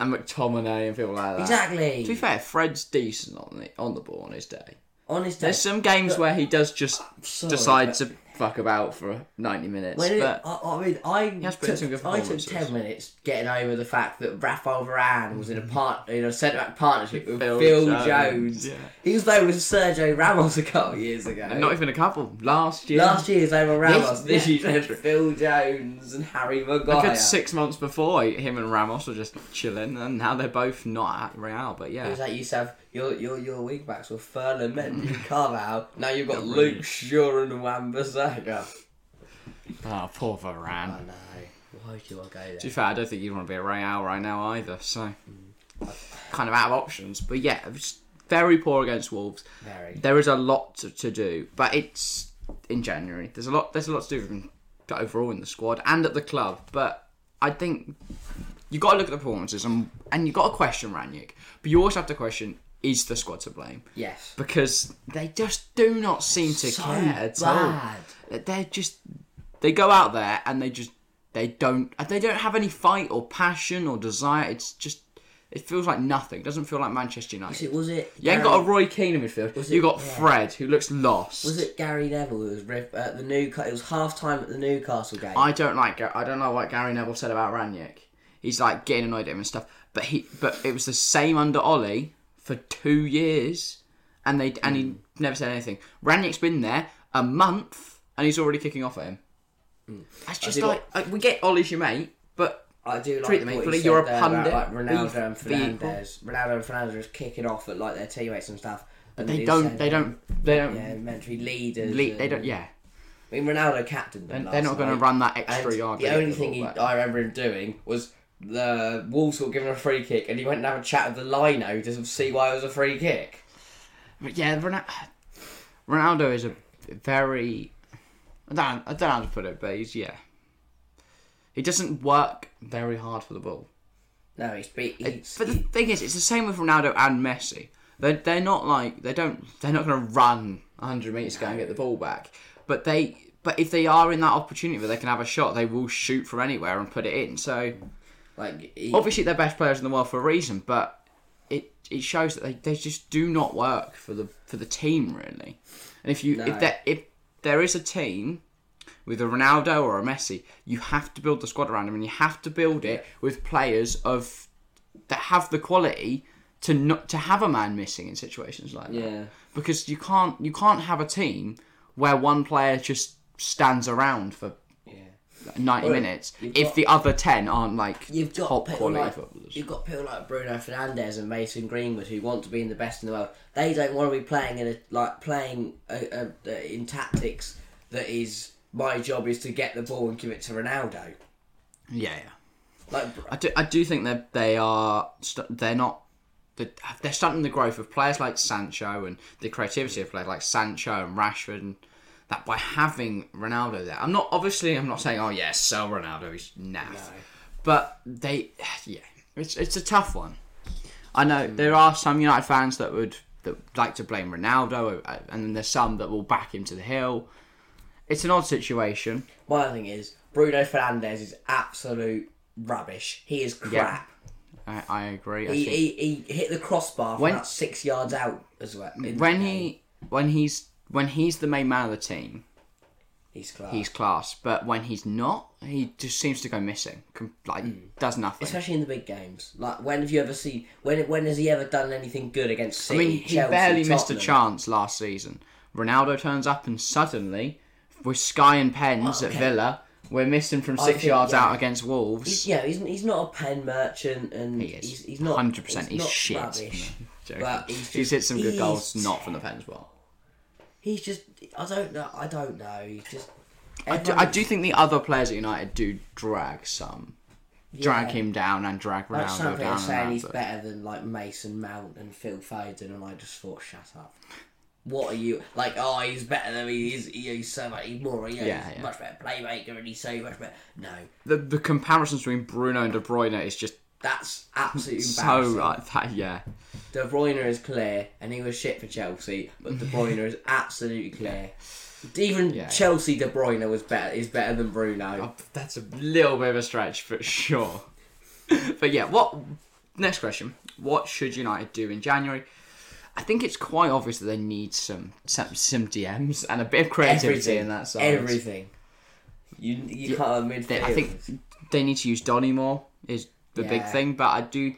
Speaker 1: and McTominay and people like that. To be
Speaker 2: exactly.
Speaker 1: fair, Fred's decent on the on the ball on his day.
Speaker 2: Honestly,
Speaker 1: There's some games where he does just
Speaker 2: sorry,
Speaker 1: decide to fuck about for 90 minutes,
Speaker 2: When it,
Speaker 1: but
Speaker 2: I, I mean, I
Speaker 1: has put in some good
Speaker 2: took, I took
Speaker 1: performances.
Speaker 2: ten minutes getting over the fact that Rafael Varane was in a part in a centre back partnership with
Speaker 1: Mm. Phil
Speaker 2: Phil,
Speaker 1: Jones,
Speaker 2: Jones.
Speaker 1: yeah.
Speaker 2: He was there with Sergio Ramos a couple of years ago.
Speaker 1: not even a couple. Last year,
Speaker 2: Last year they were Ramos.
Speaker 1: This- this
Speaker 2: This, year
Speaker 1: year's
Speaker 2: they had Phil Jones and Harry
Speaker 1: Good
Speaker 2: Maguire.
Speaker 1: six months before, him and Ramos were just chilling, and now they're both not at Real. But
Speaker 2: It
Speaker 1: yeah,
Speaker 2: was like you used to have your your your wing backs were Fernand Mendy,
Speaker 1: Mm.
Speaker 2: Carvalho. Now you've got Luke Shaw and Wan-Bissaka.
Speaker 1: oh, poor
Speaker 2: I
Speaker 1: Varane.
Speaker 2: know. Why do I go there?
Speaker 1: To be fair, I don't think you want to be a Real right now either. So kind of out of options. But yeah, it was very poor against Wolves.
Speaker 2: Very.
Speaker 1: There is a lot to, to do, but it's in January. There's a lot. There's a lot to do from- overall in the squad and at the club. But I think you got to look at the performances and and you got to question Ranić, but you also have to question is the squad to blame
Speaker 2: Yes.
Speaker 1: because they just do not seem to
Speaker 2: So
Speaker 1: care at
Speaker 2: bad.
Speaker 1: all. They're just they go out there and they just they don't they don't have any fight or passion or desire. It's just it feels like nothing. doesn't feel like Manchester United.
Speaker 2: Was it? Was it
Speaker 1: You ain't
Speaker 2: Gary-
Speaker 1: got a Roy Keane in midfield. You
Speaker 2: it-
Speaker 1: got
Speaker 2: yeah.
Speaker 1: Fred, who looks lost.
Speaker 2: Was it Gary Neville who was rip, at the new? It was half time at the Newcastle game.
Speaker 1: I don't like. Gar- I don't know what Gary Neville said about Ranić. He's like getting annoyed at him and stuff. But he, but it was the same under Ollie for two years, and they and he never said anything. Ranić's been there a month, and he's already kicking off at him. That's just
Speaker 2: do
Speaker 1: like Hmm. I- we get Ollie's your mate, but
Speaker 2: I do like
Speaker 1: Treat them
Speaker 2: what you
Speaker 1: equally.
Speaker 2: said
Speaker 1: You're a
Speaker 2: there
Speaker 1: pundit.
Speaker 2: About, like Ronaldo
Speaker 1: Be-
Speaker 2: and
Speaker 1: be equal.
Speaker 2: Fernandez. Ronaldo and Fernandez kicking off at like their teammates and stuff. But
Speaker 1: they don't. They don't. They don't.
Speaker 2: Yeah, meant to be leaders.
Speaker 1: le- they
Speaker 2: and-
Speaker 1: don't. Yeah,
Speaker 2: I mean, Ronaldo captained them.
Speaker 1: they're not going to run that extra yard.
Speaker 2: The
Speaker 1: to get
Speaker 2: only
Speaker 1: the
Speaker 2: thing
Speaker 1: ball
Speaker 2: he,
Speaker 1: back.
Speaker 2: I remember him doing was the Wolves were giving a free kick, and he went and had a chat with the lino to see why it was a free kick.
Speaker 1: But yeah, Ronaldo, Ronaldo is a very. I don't, I don't know how to put it, but he's yeah. He doesn't work very hard for the ball.
Speaker 2: No, he's beat. He's,
Speaker 1: But the thing is, it's the same with Ronaldo and Messi. They're, they're not like they don't they're not going to run 100 meters go and get the ball back. But they but if they are in that opportunity where they can have a shot, they will shoot from anywhere and put it in. So
Speaker 2: like he,
Speaker 1: obviously they're best players in the world for a reason, but it it shows that they, they just do not work for the for the team really. And if you if
Speaker 2: No.
Speaker 1: there if there is a team with a Ronaldo or a Messi, you have to build the squad around them, and you have to build it with players of that have the quality to not to have a man missing in situations like that.
Speaker 2: Yeah.
Speaker 1: Because you can't you can't have a team where one player just stands around for
Speaker 2: yeah.
Speaker 1: 90
Speaker 2: Well,
Speaker 1: minutes
Speaker 2: you've
Speaker 1: if
Speaker 2: got-
Speaker 1: the other 10 aren't like
Speaker 2: You've got
Speaker 1: top
Speaker 2: people
Speaker 1: quality
Speaker 2: like,
Speaker 1: footballers.
Speaker 2: You've got people like Bruno Fernandez and Mason Greenwood who want to be in the best in the world. They don't want to be playing in a like playing a, a, a, in tactics that is my job is to get the ball and give it to Ronaldo.
Speaker 1: Yeah, yeah.
Speaker 2: Like br-
Speaker 1: I do, I do think that they are st- they're not they're, they're stunting the growth of players like Sancho and the creativity of players like Sancho and Rashford and that by having Ronaldo there. I'm not obviously I'm not saying oh yes sell Ronaldo he's naff, but they yeah it's it's a tough one. I know there are some United fans that would that like to blame Ronaldo uh, and then there's some that will back him to the hill. It's an odd situation.
Speaker 2: my thing is Bruno Fernandez is absolute rubbish. He is crap.
Speaker 1: I, I agree. I
Speaker 2: He,
Speaker 1: think-
Speaker 2: he, he hit the crossbar from
Speaker 1: When-
Speaker 2: about six yards out as well. in
Speaker 1: when
Speaker 2: that game.
Speaker 1: he when he's when he's the main man of the team,
Speaker 2: he's class.
Speaker 1: he's class. But when he's not, he just seems to go missing. Com- Like does nothing.
Speaker 2: Hmm. Especially in the big games. Like when have you ever seen when when has he ever done anything good against
Speaker 1: I
Speaker 2: City?
Speaker 1: mean, he
Speaker 2: Chelsea,
Speaker 1: barely missed a
Speaker 2: Tottenham?
Speaker 1: chance last season. Ronaldo turns up and suddenly, with Sky and Pens at Villa, We're missing from
Speaker 2: I
Speaker 1: six
Speaker 2: think,
Speaker 1: yards
Speaker 2: yeah.
Speaker 1: out against Wolves.
Speaker 2: He's, yeah, he's, he's not a pen merchant, and
Speaker 1: He is.
Speaker 2: He's, he's not
Speaker 1: 100%. He's
Speaker 2: not
Speaker 1: shit.
Speaker 2: Rubbish.
Speaker 1: Joking.
Speaker 2: But he's
Speaker 1: he's
Speaker 2: just-
Speaker 1: hit some good
Speaker 2: he's
Speaker 1: goals, not from the pen as well.
Speaker 2: He's just I don't know. I don't know. He's just.
Speaker 1: I do, I do think the other players at United do drag some, drag
Speaker 2: Yeah.
Speaker 1: him down and drag
Speaker 2: Like
Speaker 1: Ronaldo
Speaker 2: some people
Speaker 1: down.
Speaker 2: are saying
Speaker 1: And
Speaker 2: he's
Speaker 1: that, but
Speaker 2: better than like Mason Mount and Phil Foden, and I just thought, shut up. What are you like? Oh, he's better than me. He's, he's so much. He's more. You know,
Speaker 1: Yeah,
Speaker 2: he's
Speaker 1: yeah.
Speaker 2: much better playmaker, and he's so much better. No,
Speaker 1: the, the comparisons between Bruno and De Bruyne is just
Speaker 2: that's absolutely
Speaker 1: so
Speaker 2: embarrassing.
Speaker 1: like that. Yeah,
Speaker 2: De Bruyne is clear, and he was shit for Chelsea, but De Bruyne is absolutely clear. Even
Speaker 1: Yeah.
Speaker 2: Chelsea De Bruyne was better. Is better than Bruno.
Speaker 1: Oh, that's a little bit of a stretch, but sure. but yeah, what? Next question: What should United do in January? I think it's quite obvious that they need some some, some DMs and a bit of creativity in that side.
Speaker 2: Everything. You you can't have
Speaker 1: They-
Speaker 2: midfielders.
Speaker 1: I think they need to use Donny more is the big
Speaker 2: Yeah.
Speaker 1: thing, but I do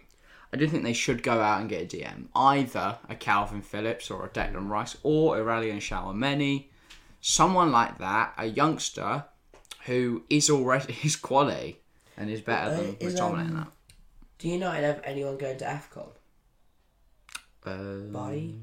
Speaker 1: I do think they should go out and get a DM, either a Calvin Phillips or a Declan Rice or Aurelian Chouameni, someone like that, a youngster who is already his quality and is better than
Speaker 2: is,
Speaker 1: McTominay in that.
Speaker 2: um, Do United have anyone going to Afcon?
Speaker 1: Um,
Speaker 2: Bye.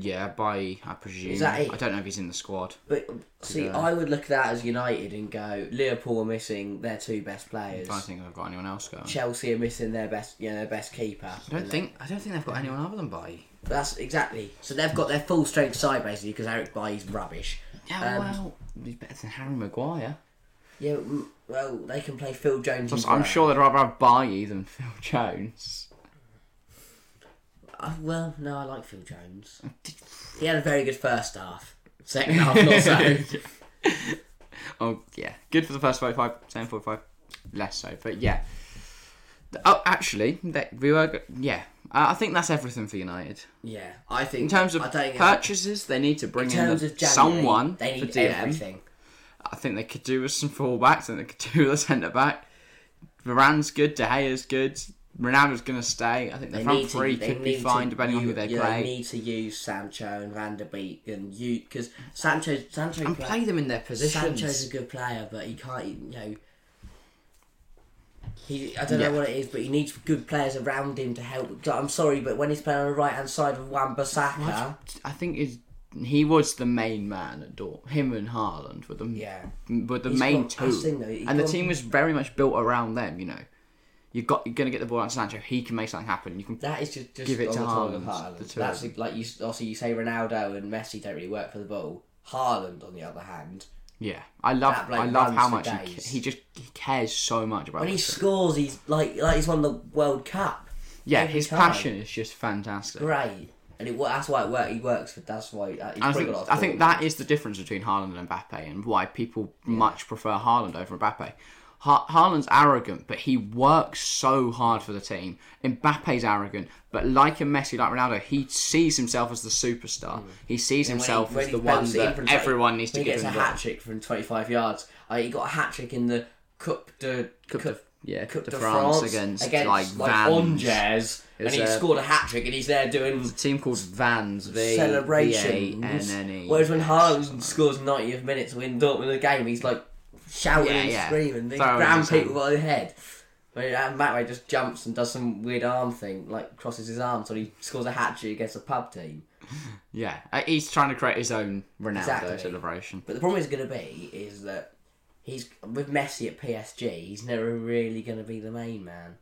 Speaker 1: yeah, by I presume.
Speaker 2: Is that it?
Speaker 1: I don't know if he's in the squad.
Speaker 2: But see, I would look at that as United and go Liverpool are missing their two best players.
Speaker 1: I don't think I've got anyone else going. I
Speaker 2: Chelsea are missing their best, you know, their best keeper.
Speaker 1: don't think I don't think they've got anyone other than Bailly.
Speaker 2: That's exactly. So they've got their full strength side basically because Eric Bailly's rubbish.
Speaker 1: Yeah,
Speaker 2: Um,
Speaker 1: well, he's better than Harry Maguire.
Speaker 2: Yeah, mm, well, they can play Phil Jones. and
Speaker 1: I'm
Speaker 2: Brown.
Speaker 1: sure they'd rather have Bailly than Phil Jones.
Speaker 2: Uh, well, no, I like Phil Jones. He had a very good first half. Second half, not so.
Speaker 1: Oh yeah, good for the first 45, same 45, less so. But yeah, oh actually, that we were go- yeah. Uh, I think that's everything for United
Speaker 2: Yeah, I think
Speaker 1: in terms of
Speaker 2: I don't think
Speaker 1: purchases. They need to bring
Speaker 2: in
Speaker 1: in,
Speaker 2: terms
Speaker 1: the-
Speaker 2: of January,
Speaker 1: someone
Speaker 2: they
Speaker 1: for
Speaker 2: need
Speaker 1: DM.
Speaker 2: everything.
Speaker 1: I think they could do with some fullbacks. and they could do with a centre back. Varane's good. De Gea's good. Ronaldo's gonna stay. I think the
Speaker 2: They
Speaker 1: front
Speaker 2: need to-
Speaker 1: three
Speaker 2: they
Speaker 1: could be
Speaker 2: need to
Speaker 1: fine depending on who
Speaker 2: u-
Speaker 1: they
Speaker 2: yeah,
Speaker 1: play.
Speaker 2: They need to use Sancho and Van der Beek and you because Sancho Sancho
Speaker 1: and
Speaker 2: play-
Speaker 1: play them in their positions.
Speaker 2: Sancho's a good player, but he can't. You know, he I don't
Speaker 1: Yeah.
Speaker 2: know what it is, but he needs good players around him to help. I'm sorry, but when he's playing on the right hand side of Wan Bissaka,
Speaker 1: I think is he was the main man at Dort. Him and Haaland were the
Speaker 2: Yeah.
Speaker 1: were the
Speaker 2: He's
Speaker 1: main
Speaker 2: got-
Speaker 1: two,
Speaker 2: that's the thing though, he's
Speaker 1: and the
Speaker 2: got-
Speaker 1: team was very much built around them. You know, you've got you're gonna get the ball out to Sancho. He can make something happen. You can
Speaker 2: that is just just
Speaker 1: Give it
Speaker 2: on
Speaker 1: to
Speaker 2: the target of
Speaker 1: Haaland, the
Speaker 2: Haaland.
Speaker 1: two of
Speaker 2: That's like you also you say Ronaldo and Messi don't really work for the ball. Haaland, on the other hand,
Speaker 1: yeah. I love
Speaker 2: That bloke
Speaker 1: I love
Speaker 2: runs
Speaker 1: how
Speaker 2: for
Speaker 1: much he,
Speaker 2: days.
Speaker 1: ca- he just he cares so much about.
Speaker 2: when he
Speaker 1: this.
Speaker 2: scores, he's like like he's won the World Cup.
Speaker 1: yeah,
Speaker 2: every
Speaker 1: his
Speaker 2: time.
Speaker 1: passion is just fantastic.
Speaker 2: Great, and it, wo- that's why it works. He works for that's why. Uh, he's
Speaker 1: And I
Speaker 2: probably
Speaker 1: think,
Speaker 2: got a lot of
Speaker 1: I think
Speaker 2: forwards.
Speaker 1: that is the difference between Haaland and Mbappe and why people much prefer Haaland over Mbappe. Ha- Haaland's arrogant, but he works so hard for the team. Mbappe's arrogant, but like a Messi, like Ronaldo, he sees himself as the superstar. He sees
Speaker 2: Mm. when he-
Speaker 1: himself
Speaker 2: when
Speaker 1: as
Speaker 2: he
Speaker 1: the one
Speaker 2: belts it in
Speaker 1: that
Speaker 2: from
Speaker 1: everyone
Speaker 2: 20
Speaker 1: needs to
Speaker 2: when he
Speaker 1: give
Speaker 2: gets
Speaker 1: him.
Speaker 2: a
Speaker 1: the ball.
Speaker 2: hat trick from 25 yards. Uh, he got a hat trick in the Coupe de Coupe,
Speaker 1: de- yeah, Coupe de France
Speaker 2: France,
Speaker 1: against,
Speaker 2: against,
Speaker 1: like,
Speaker 2: like,
Speaker 1: Vannes.
Speaker 2: Angers, and
Speaker 1: was
Speaker 2: he
Speaker 1: a-
Speaker 2: scored a hat trick, and he's there doing
Speaker 1: A team called Vans, V
Speaker 2: celebrations.
Speaker 1: V-A-N-N-E.
Speaker 2: Whereas when Haaland scores 90th minutes to win Dortmund the game, he's like shouting
Speaker 1: Yeah,
Speaker 2: and
Speaker 1: yeah.
Speaker 2: screaming, they
Speaker 1: Throwing
Speaker 2: ground
Speaker 1: his hand.
Speaker 2: people by the head. But uh, Matway just jumps and does some weird arm thing, like crosses his arms, and he scores a hat trick against a pub team.
Speaker 1: Yeah, Uh, he's trying to create his own Ronaldo
Speaker 2: Exactly.
Speaker 1: celebration.
Speaker 2: But the problem is going to be is that he's with Messi at PSG. He's never really going to be the main man.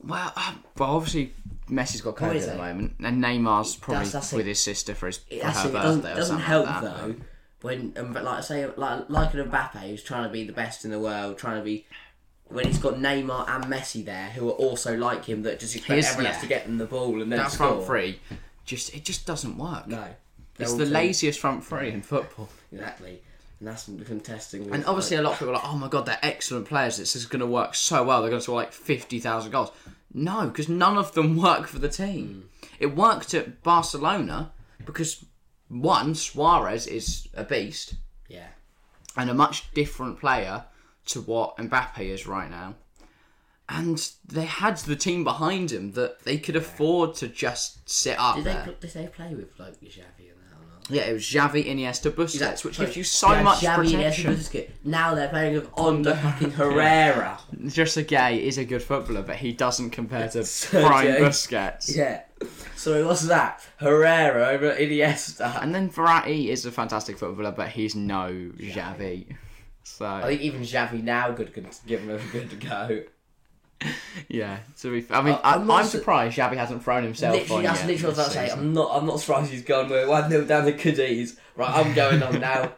Speaker 1: Well, uh, well, obviously Messi's got COVID
Speaker 2: is
Speaker 1: at the
Speaker 2: it?
Speaker 1: moment, and Neymar's probably
Speaker 2: that's it.
Speaker 1: with his sister for his for
Speaker 2: It, that's
Speaker 1: her
Speaker 2: it. it
Speaker 1: birthday
Speaker 2: doesn't,
Speaker 1: or
Speaker 2: doesn't
Speaker 1: something
Speaker 2: help
Speaker 1: like that.
Speaker 2: though. When um, but like I say like like an Mbappe who's trying to be the best in the world, trying to be when he's got Neymar and Messi there who are also like him that just expect
Speaker 1: His-
Speaker 2: everyone
Speaker 1: yeah.
Speaker 2: else to get them the ball and then
Speaker 1: that
Speaker 2: score.
Speaker 1: front three just it just doesn't work.
Speaker 2: No,
Speaker 1: it's
Speaker 2: They're
Speaker 1: the
Speaker 2: all
Speaker 1: laziest front three in football.
Speaker 2: team- exactly, and that's contesting. with,
Speaker 1: And
Speaker 2: like-
Speaker 1: obviously, a lot of people are like, "Oh my god, they're excellent players. This is going to work so well. They're going to score like fifty thousand goals." No, because none of them work for the team.
Speaker 2: Mm.
Speaker 1: It worked at Barcelona because one Suarez is a beast
Speaker 2: yeah.
Speaker 1: and a much different player to what Mbappe is right now. And they had the team behind him that they could afford to just sit up
Speaker 2: Did
Speaker 1: there.
Speaker 2: they pl- did they play with like Xavi and that or not?
Speaker 1: Yeah, it was Xavi, Iniesta, Busquets, which
Speaker 2: Sorry.
Speaker 1: gives you so
Speaker 2: Yeah,
Speaker 1: much
Speaker 2: Xavi, Iniesta,
Speaker 1: protection.
Speaker 2: Busquets. Now they're playing with Onda fucking Herrera.
Speaker 1: Just a gay is a good footballer, but he doesn't compare to
Speaker 2: So
Speaker 1: Brian
Speaker 2: gay.
Speaker 1: Busquets.
Speaker 2: Yeah. So what's that? Herrera over at Iniesta.
Speaker 1: And then Verratti is a fantastic footballer, but he's no Xavi.
Speaker 2: I
Speaker 1: So
Speaker 2: think even Xavi now could, could give him a good go.
Speaker 1: yeah, to be, f- I mean,
Speaker 2: I-
Speaker 1: I,
Speaker 2: uh, I'm
Speaker 1: I'm,
Speaker 2: not su-
Speaker 1: surprised Xavi hasn't thrown himself.
Speaker 2: Literally,
Speaker 1: on
Speaker 2: that's
Speaker 1: yet
Speaker 2: literally what I
Speaker 1: this
Speaker 2: was about to say.
Speaker 1: season.
Speaker 2: I'm not. I'm not surprised he's gone. We're one 0 down to Cadiz. Right, I'm going on now.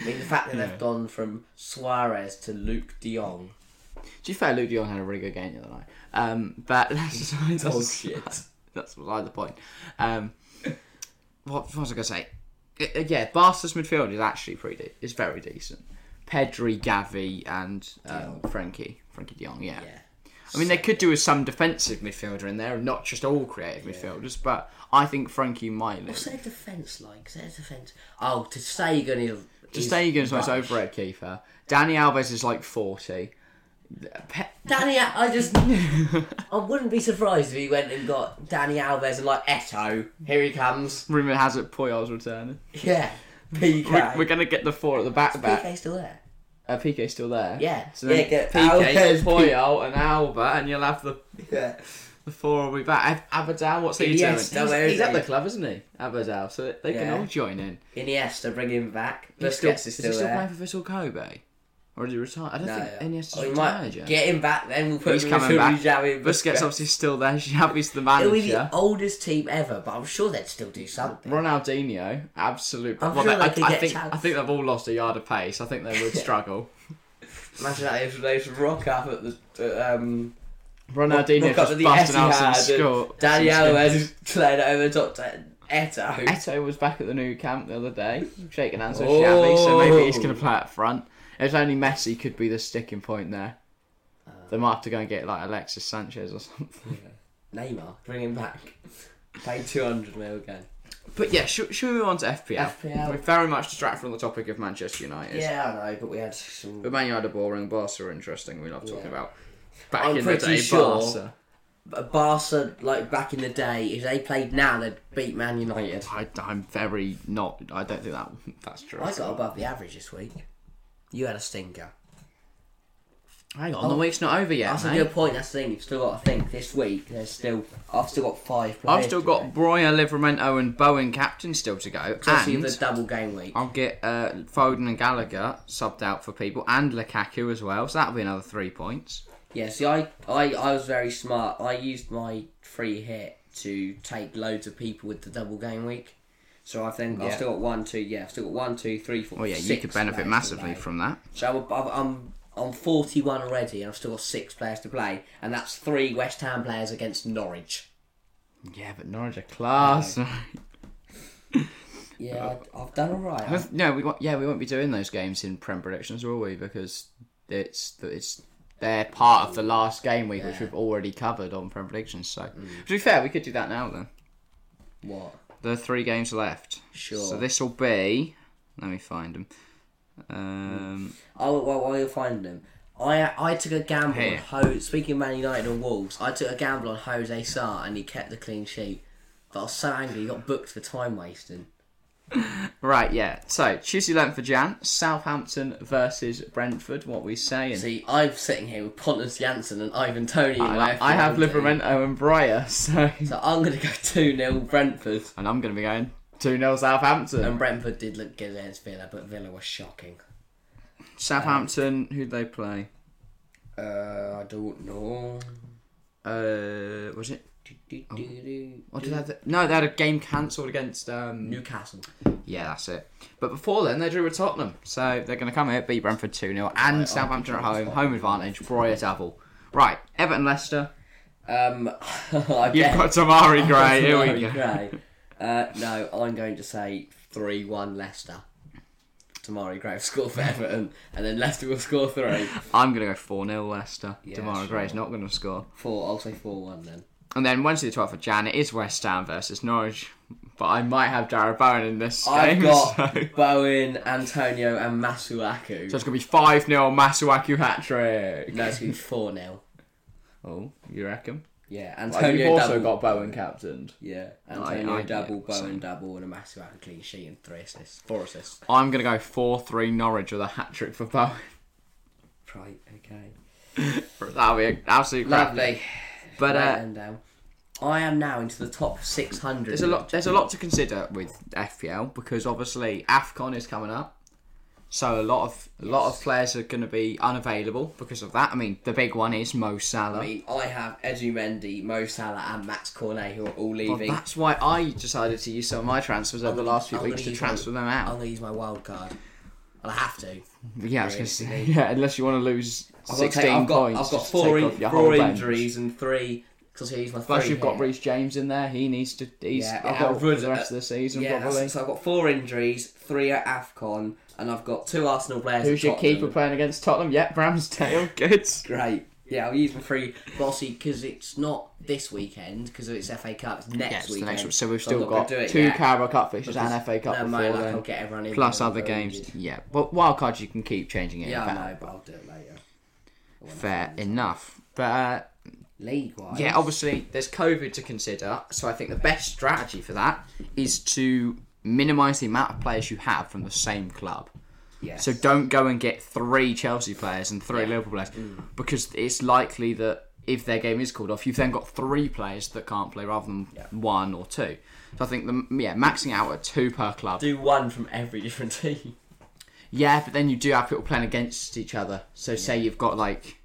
Speaker 2: I mean, the fact that they've gone from Suarez to Luke De Jong.
Speaker 1: To be fair, Luke De Jong had a really good game the other night. Um, but that's besides
Speaker 2: Oh
Speaker 1: us.
Speaker 2: shit!
Speaker 1: That's beside the point. Um, what, what was I going to say? I- I- yeah, Barca's midfield is actually pretty. De- it's very decent. Pedri, Gavi, and um, Frankie, Frankie De Jong. Yeah.
Speaker 2: Yeah.
Speaker 1: I mean, they could do with some defensive midfielder in there, and not just all creative midfielders. But I think Frankie might.
Speaker 2: What's
Speaker 1: lose.
Speaker 2: their defence like? Is their defence? Oh, to Sagan is.
Speaker 1: To
Speaker 2: is
Speaker 1: Stegen's most
Speaker 2: rubbish.
Speaker 1: overrated keeper. Danny Alves is like forty. Pe-
Speaker 2: Danny, Al- I just, I wouldn't be surprised if he went and got Danny Alves and like Eto. Here he comes.
Speaker 1: Rumour has it Puyol's returning.
Speaker 2: Yeah, PK.
Speaker 1: We're, we're gonna get the four at the back back.
Speaker 2: PK still there.
Speaker 1: Uh, PK's still there.
Speaker 2: Yeah.
Speaker 1: So then
Speaker 2: Yeah, get Alves,
Speaker 1: PK, Puyol, and Alba, and you'll have the,
Speaker 2: Yeah.
Speaker 1: the four will be back. Ab- Abadal, what's he
Speaker 2: Iniesta,
Speaker 1: doing?
Speaker 2: where
Speaker 1: he's
Speaker 2: is
Speaker 1: he's at
Speaker 2: he?
Speaker 1: the club, isn't he? Abadal, so they can
Speaker 2: Yeah.
Speaker 1: all join in.
Speaker 2: Iniesta, bring him back.
Speaker 1: He's
Speaker 2: Busquets is
Speaker 1: is
Speaker 2: still,
Speaker 1: he still
Speaker 2: there.
Speaker 1: playing for Vissel Kobe? Or is he retired? I don't
Speaker 2: No,
Speaker 1: think Iniesta's
Speaker 2: oh, we
Speaker 1: retired yet.
Speaker 2: Get him back, then we'll put
Speaker 1: He's
Speaker 2: him in
Speaker 1: coming
Speaker 2: between
Speaker 1: back.
Speaker 2: Xavi and
Speaker 1: Busquets obviously still there. Xavi's the manager.
Speaker 2: It'll be the oldest team ever, but I'm sure they'd still do something.
Speaker 1: Ronaldinho, absolute.
Speaker 2: I'm
Speaker 1: well,
Speaker 2: sure
Speaker 1: they-
Speaker 2: they
Speaker 1: I,
Speaker 2: could
Speaker 1: I
Speaker 2: get
Speaker 1: think
Speaker 2: chance.
Speaker 1: I think they've all lost a yard of pace. I think they would struggle.
Speaker 2: Imagine that if they should rock up at the uh, um,
Speaker 1: Ronaldinho
Speaker 2: rock up at
Speaker 1: just
Speaker 2: the
Speaker 1: busted out
Speaker 2: Etihad
Speaker 1: some
Speaker 2: and
Speaker 1: score.
Speaker 2: Danny
Speaker 1: some score.
Speaker 2: Alves is playing it over the top to Eto.
Speaker 1: Eto was back at the new camp the other day, shaking hands with
Speaker 2: Oh.
Speaker 1: Xavi, so maybe he's going to play up front. If only Messi could be the sticking point there. They might have to go and get like Alexis Sanchez or something.
Speaker 2: Neymar, bring him back. Pay 200 mil again.
Speaker 1: But yeah, should, should we move on to FPL?
Speaker 2: FPL.
Speaker 1: We're very much distracted from the topic of Manchester United.
Speaker 2: Yeah, I know, but we had some.
Speaker 1: But Man United are boring, Barca are interesting, we love talking
Speaker 2: Yeah.
Speaker 1: about. Back
Speaker 2: I'm
Speaker 1: in the
Speaker 2: pretty
Speaker 1: day,
Speaker 2: sure-
Speaker 1: Barca.
Speaker 2: But Barca, like back in the day, if they played now, they'd beat Man United.
Speaker 1: I, I'm very not. I don't think that that's true.
Speaker 2: I got above the average this week. You had a stinker.
Speaker 1: Hang on, the week's not over yet,
Speaker 2: That's a
Speaker 1: mate.
Speaker 2: good point. That's the thing. You've still got to think. This week, there's still. I've still got five players.
Speaker 1: I've still
Speaker 2: to
Speaker 1: got
Speaker 2: make.
Speaker 1: Breuer, Livramento, and Bowen captain still to go,
Speaker 2: So obviously
Speaker 1: and
Speaker 2: the double game week.
Speaker 1: I'll get uh, Foden and Gallagher subbed out for people, and Lukaku as well. So that'll be another three points.
Speaker 2: Yeah. See, I, I, I was very smart. I used my free hit to take loads of people with the double game week. So I've then I've
Speaker 1: Yeah.
Speaker 2: still got one, two. Yeah, I've still got one, two, three, four.
Speaker 1: Well, Oh, yeah, you
Speaker 2: six
Speaker 1: could benefit
Speaker 2: players to
Speaker 1: massively
Speaker 2: play.
Speaker 1: from that.
Speaker 2: So I'm, I'm- I'm on 41 already, and I've still got six players to play, and that's three West Ham players against Norwich.
Speaker 1: Yeah, but Norwich are class. Uh,
Speaker 2: Yeah, I, I've done all right.
Speaker 1: no, we won't, yeah we won't be doing those games in prem predictions, will we? Because it's it's they're part of the last game week, which we've already covered on prem predictions. So to be fair, we could do that now then.
Speaker 2: What?
Speaker 1: There are three games left.
Speaker 2: Sure.
Speaker 1: So this will be. Let me find them. Um,
Speaker 2: Oh, well, while you're finding them, I I took a gamble
Speaker 1: Here.
Speaker 2: on Ho. Speaking of Man United and Wolves, I took a gamble on Jose Sarr, and he kept the clean sheet. But I was so angry, he got booked for time wasting.
Speaker 1: right, yeah. So Tuesday, eleventh for Jan, Southampton versus Brentford. What we saying?
Speaker 2: See, I'm sitting here with Pontus Janssen and Ivan Tony. in
Speaker 1: And
Speaker 2: my
Speaker 1: I, I have
Speaker 2: FPL team.
Speaker 1: Livermento and Breyer, so
Speaker 2: So I'm gonna go two 0 Brentford.
Speaker 1: and I'm going to be going two 0 Southampton.
Speaker 2: And Brentford did look good against Villa, but Villa was shocking.
Speaker 1: Southampton, who'd they play?
Speaker 2: Uh, I don't know.
Speaker 1: Uh, was it? What
Speaker 2: What
Speaker 1: did they have? No, they had a game cancelled against. Um,
Speaker 2: Newcastle.
Speaker 1: Yeah, that's it. But before then, they drew with Tottenham. So they're going to come here, beat Brentford 2 0, and Southampton at home, home advantage, Breuer double. Right, Everton Leicester.
Speaker 2: Um, I
Speaker 1: You've
Speaker 2: bet-
Speaker 1: got Tamari Gray, here we
Speaker 2: Sorry,
Speaker 1: go.
Speaker 2: Gray. Uh, no, I'm going to say three-one Leicester. Tamari Gray will score for Everton, and then Leicester will score three.
Speaker 1: I'm going to go 4 0 Leicester.
Speaker 2: Yeah,
Speaker 1: Tamara
Speaker 2: sure.
Speaker 1: Gray's not going to score.
Speaker 2: Four. I'll say four-one then.
Speaker 1: And then Wednesday the 12th of Jan, it is West Ham versus Norwich. But I might have Jared Bowen in this
Speaker 2: I've
Speaker 1: game.
Speaker 2: got
Speaker 1: So.
Speaker 2: Bowen, Antonio, and Masuaku.
Speaker 1: So it's going to be 5 0 Masuaku hat trick.
Speaker 2: no, it's going to be four 0
Speaker 1: Oh, you reckon?
Speaker 2: Yeah,
Speaker 3: Like,
Speaker 2: Antonio
Speaker 3: you've also
Speaker 2: double,
Speaker 3: got Bowen captained.
Speaker 2: Yeah,
Speaker 1: I-
Speaker 2: Antonio
Speaker 1: I- yeah,
Speaker 2: double, Bowen
Speaker 1: same.
Speaker 2: double, and a massive and clean sheet and three assists, four assists.
Speaker 1: I'm gonna go four three Norwich with a hat trick for Bowen.
Speaker 2: Right, okay,
Speaker 1: That'll be an absolute crap.
Speaker 2: lovely.
Speaker 1: But
Speaker 2: Right
Speaker 1: uh,
Speaker 2: then, down. I am now into the top six hundred.
Speaker 1: there's a lot. There's a lot to consider with FPL because obviously Afcon is coming up, so a lot of a lot of players are going to be unavailable because of that. I mean, the big one is Mo Salah.
Speaker 2: I mean, I have Edumendi, Mo Salah, and Max Cornet who are all
Speaker 1: Well,
Speaker 2: leaving.
Speaker 1: that's why I decided to use some of my transfers over the last few
Speaker 2: I'm
Speaker 1: weeks
Speaker 2: gonna
Speaker 1: to
Speaker 2: use
Speaker 1: transfer
Speaker 2: my-
Speaker 1: them
Speaker 2: I'm
Speaker 1: out.
Speaker 2: gonna use my wild card. Well, I have to.
Speaker 1: yeah, I was going to
Speaker 2: Realistically.
Speaker 1: say. Yeah, unless you want to lose
Speaker 2: I've got, to
Speaker 1: sixteen
Speaker 2: take, I've got,
Speaker 1: points.
Speaker 2: I've got
Speaker 1: just to
Speaker 2: four,
Speaker 1: take
Speaker 2: in,
Speaker 1: off your
Speaker 2: four
Speaker 1: whole bench.
Speaker 2: injuries and three because I use my.
Speaker 1: Plus,
Speaker 2: three
Speaker 1: you've got
Speaker 2: here.
Speaker 1: Reece James in there. He needs to. He's
Speaker 2: Yeah, I've got
Speaker 1: out for
Speaker 2: Rud-
Speaker 1: the rest of the season
Speaker 2: Yeah,
Speaker 1: probably.
Speaker 2: that's- so I've got four injuries, three at Afcon, and I've got two Arsenal players.
Speaker 1: Who's
Speaker 2: at
Speaker 1: your
Speaker 2: Tottenham.
Speaker 1: keeper playing against Tottenham? Yep, Ramsdale. Good.
Speaker 2: Great. Yeah, I'll use my three bossy because it's not this weekend because it's FA Cup. It's next
Speaker 1: Yeah, it's the
Speaker 2: weekend.
Speaker 1: next one. So we've
Speaker 2: I'm
Speaker 1: still
Speaker 2: not
Speaker 1: got
Speaker 2: gonna do it
Speaker 1: two
Speaker 2: yet,
Speaker 1: Carabao Cup fixtures
Speaker 2: because
Speaker 1: and FA Cup
Speaker 2: no,
Speaker 1: before
Speaker 2: my luck,
Speaker 1: then,
Speaker 2: I'll get everyone in
Speaker 1: plus
Speaker 2: there
Speaker 1: other
Speaker 2: before
Speaker 1: games.
Speaker 2: injured.
Speaker 1: Yeah, but wild cards you can keep changing it.
Speaker 2: Yeah,
Speaker 1: in
Speaker 2: I
Speaker 1: fact.
Speaker 2: know, but I'll do it later.
Speaker 1: fair enough. But uh,
Speaker 2: League wise,
Speaker 1: yeah, obviously there's COVID to consider, so I think the best strategy for that is to minimise the amount of players you have from the same club.
Speaker 2: yes.
Speaker 1: So don't go and get three Chelsea players and three Liverpool players because it's likely that if their game is called off, you've then got three players that can't play rather than one or two. So I think the yeah maxing out at two per club.
Speaker 2: do one from every different team.
Speaker 1: Yeah, but then you do have people playing against each other. So say you've got like.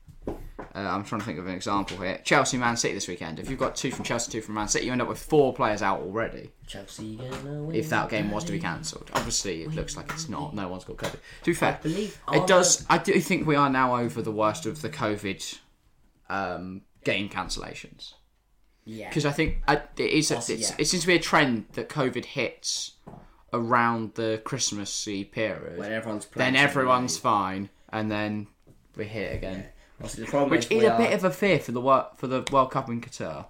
Speaker 1: Uh, I'm trying to think of an example here. Chelsea, Man City this weekend. If you've got two from Chelsea, two from Man City, you end up with four players out already.
Speaker 2: Chelsea gonna win.
Speaker 1: If that game was to be cancelled, obviously it looks like it's not. No one's got COVID. To be fair,
Speaker 2: believe
Speaker 1: it does. I do think we are now over the worst of the COVID um, game cancellations
Speaker 2: yeah,
Speaker 1: because I think uh, it is. It's,
Speaker 2: yeah.
Speaker 1: It seems to be a trend that COVID hits around the Christmassy period
Speaker 2: when everyone's playing,
Speaker 1: then everyone's fine, and then we're hit again.
Speaker 2: Obviously, the problem
Speaker 1: Which
Speaker 2: is
Speaker 1: is
Speaker 2: we
Speaker 1: a bit
Speaker 2: are-
Speaker 1: of a fear for the World, for the World Cup in Qatar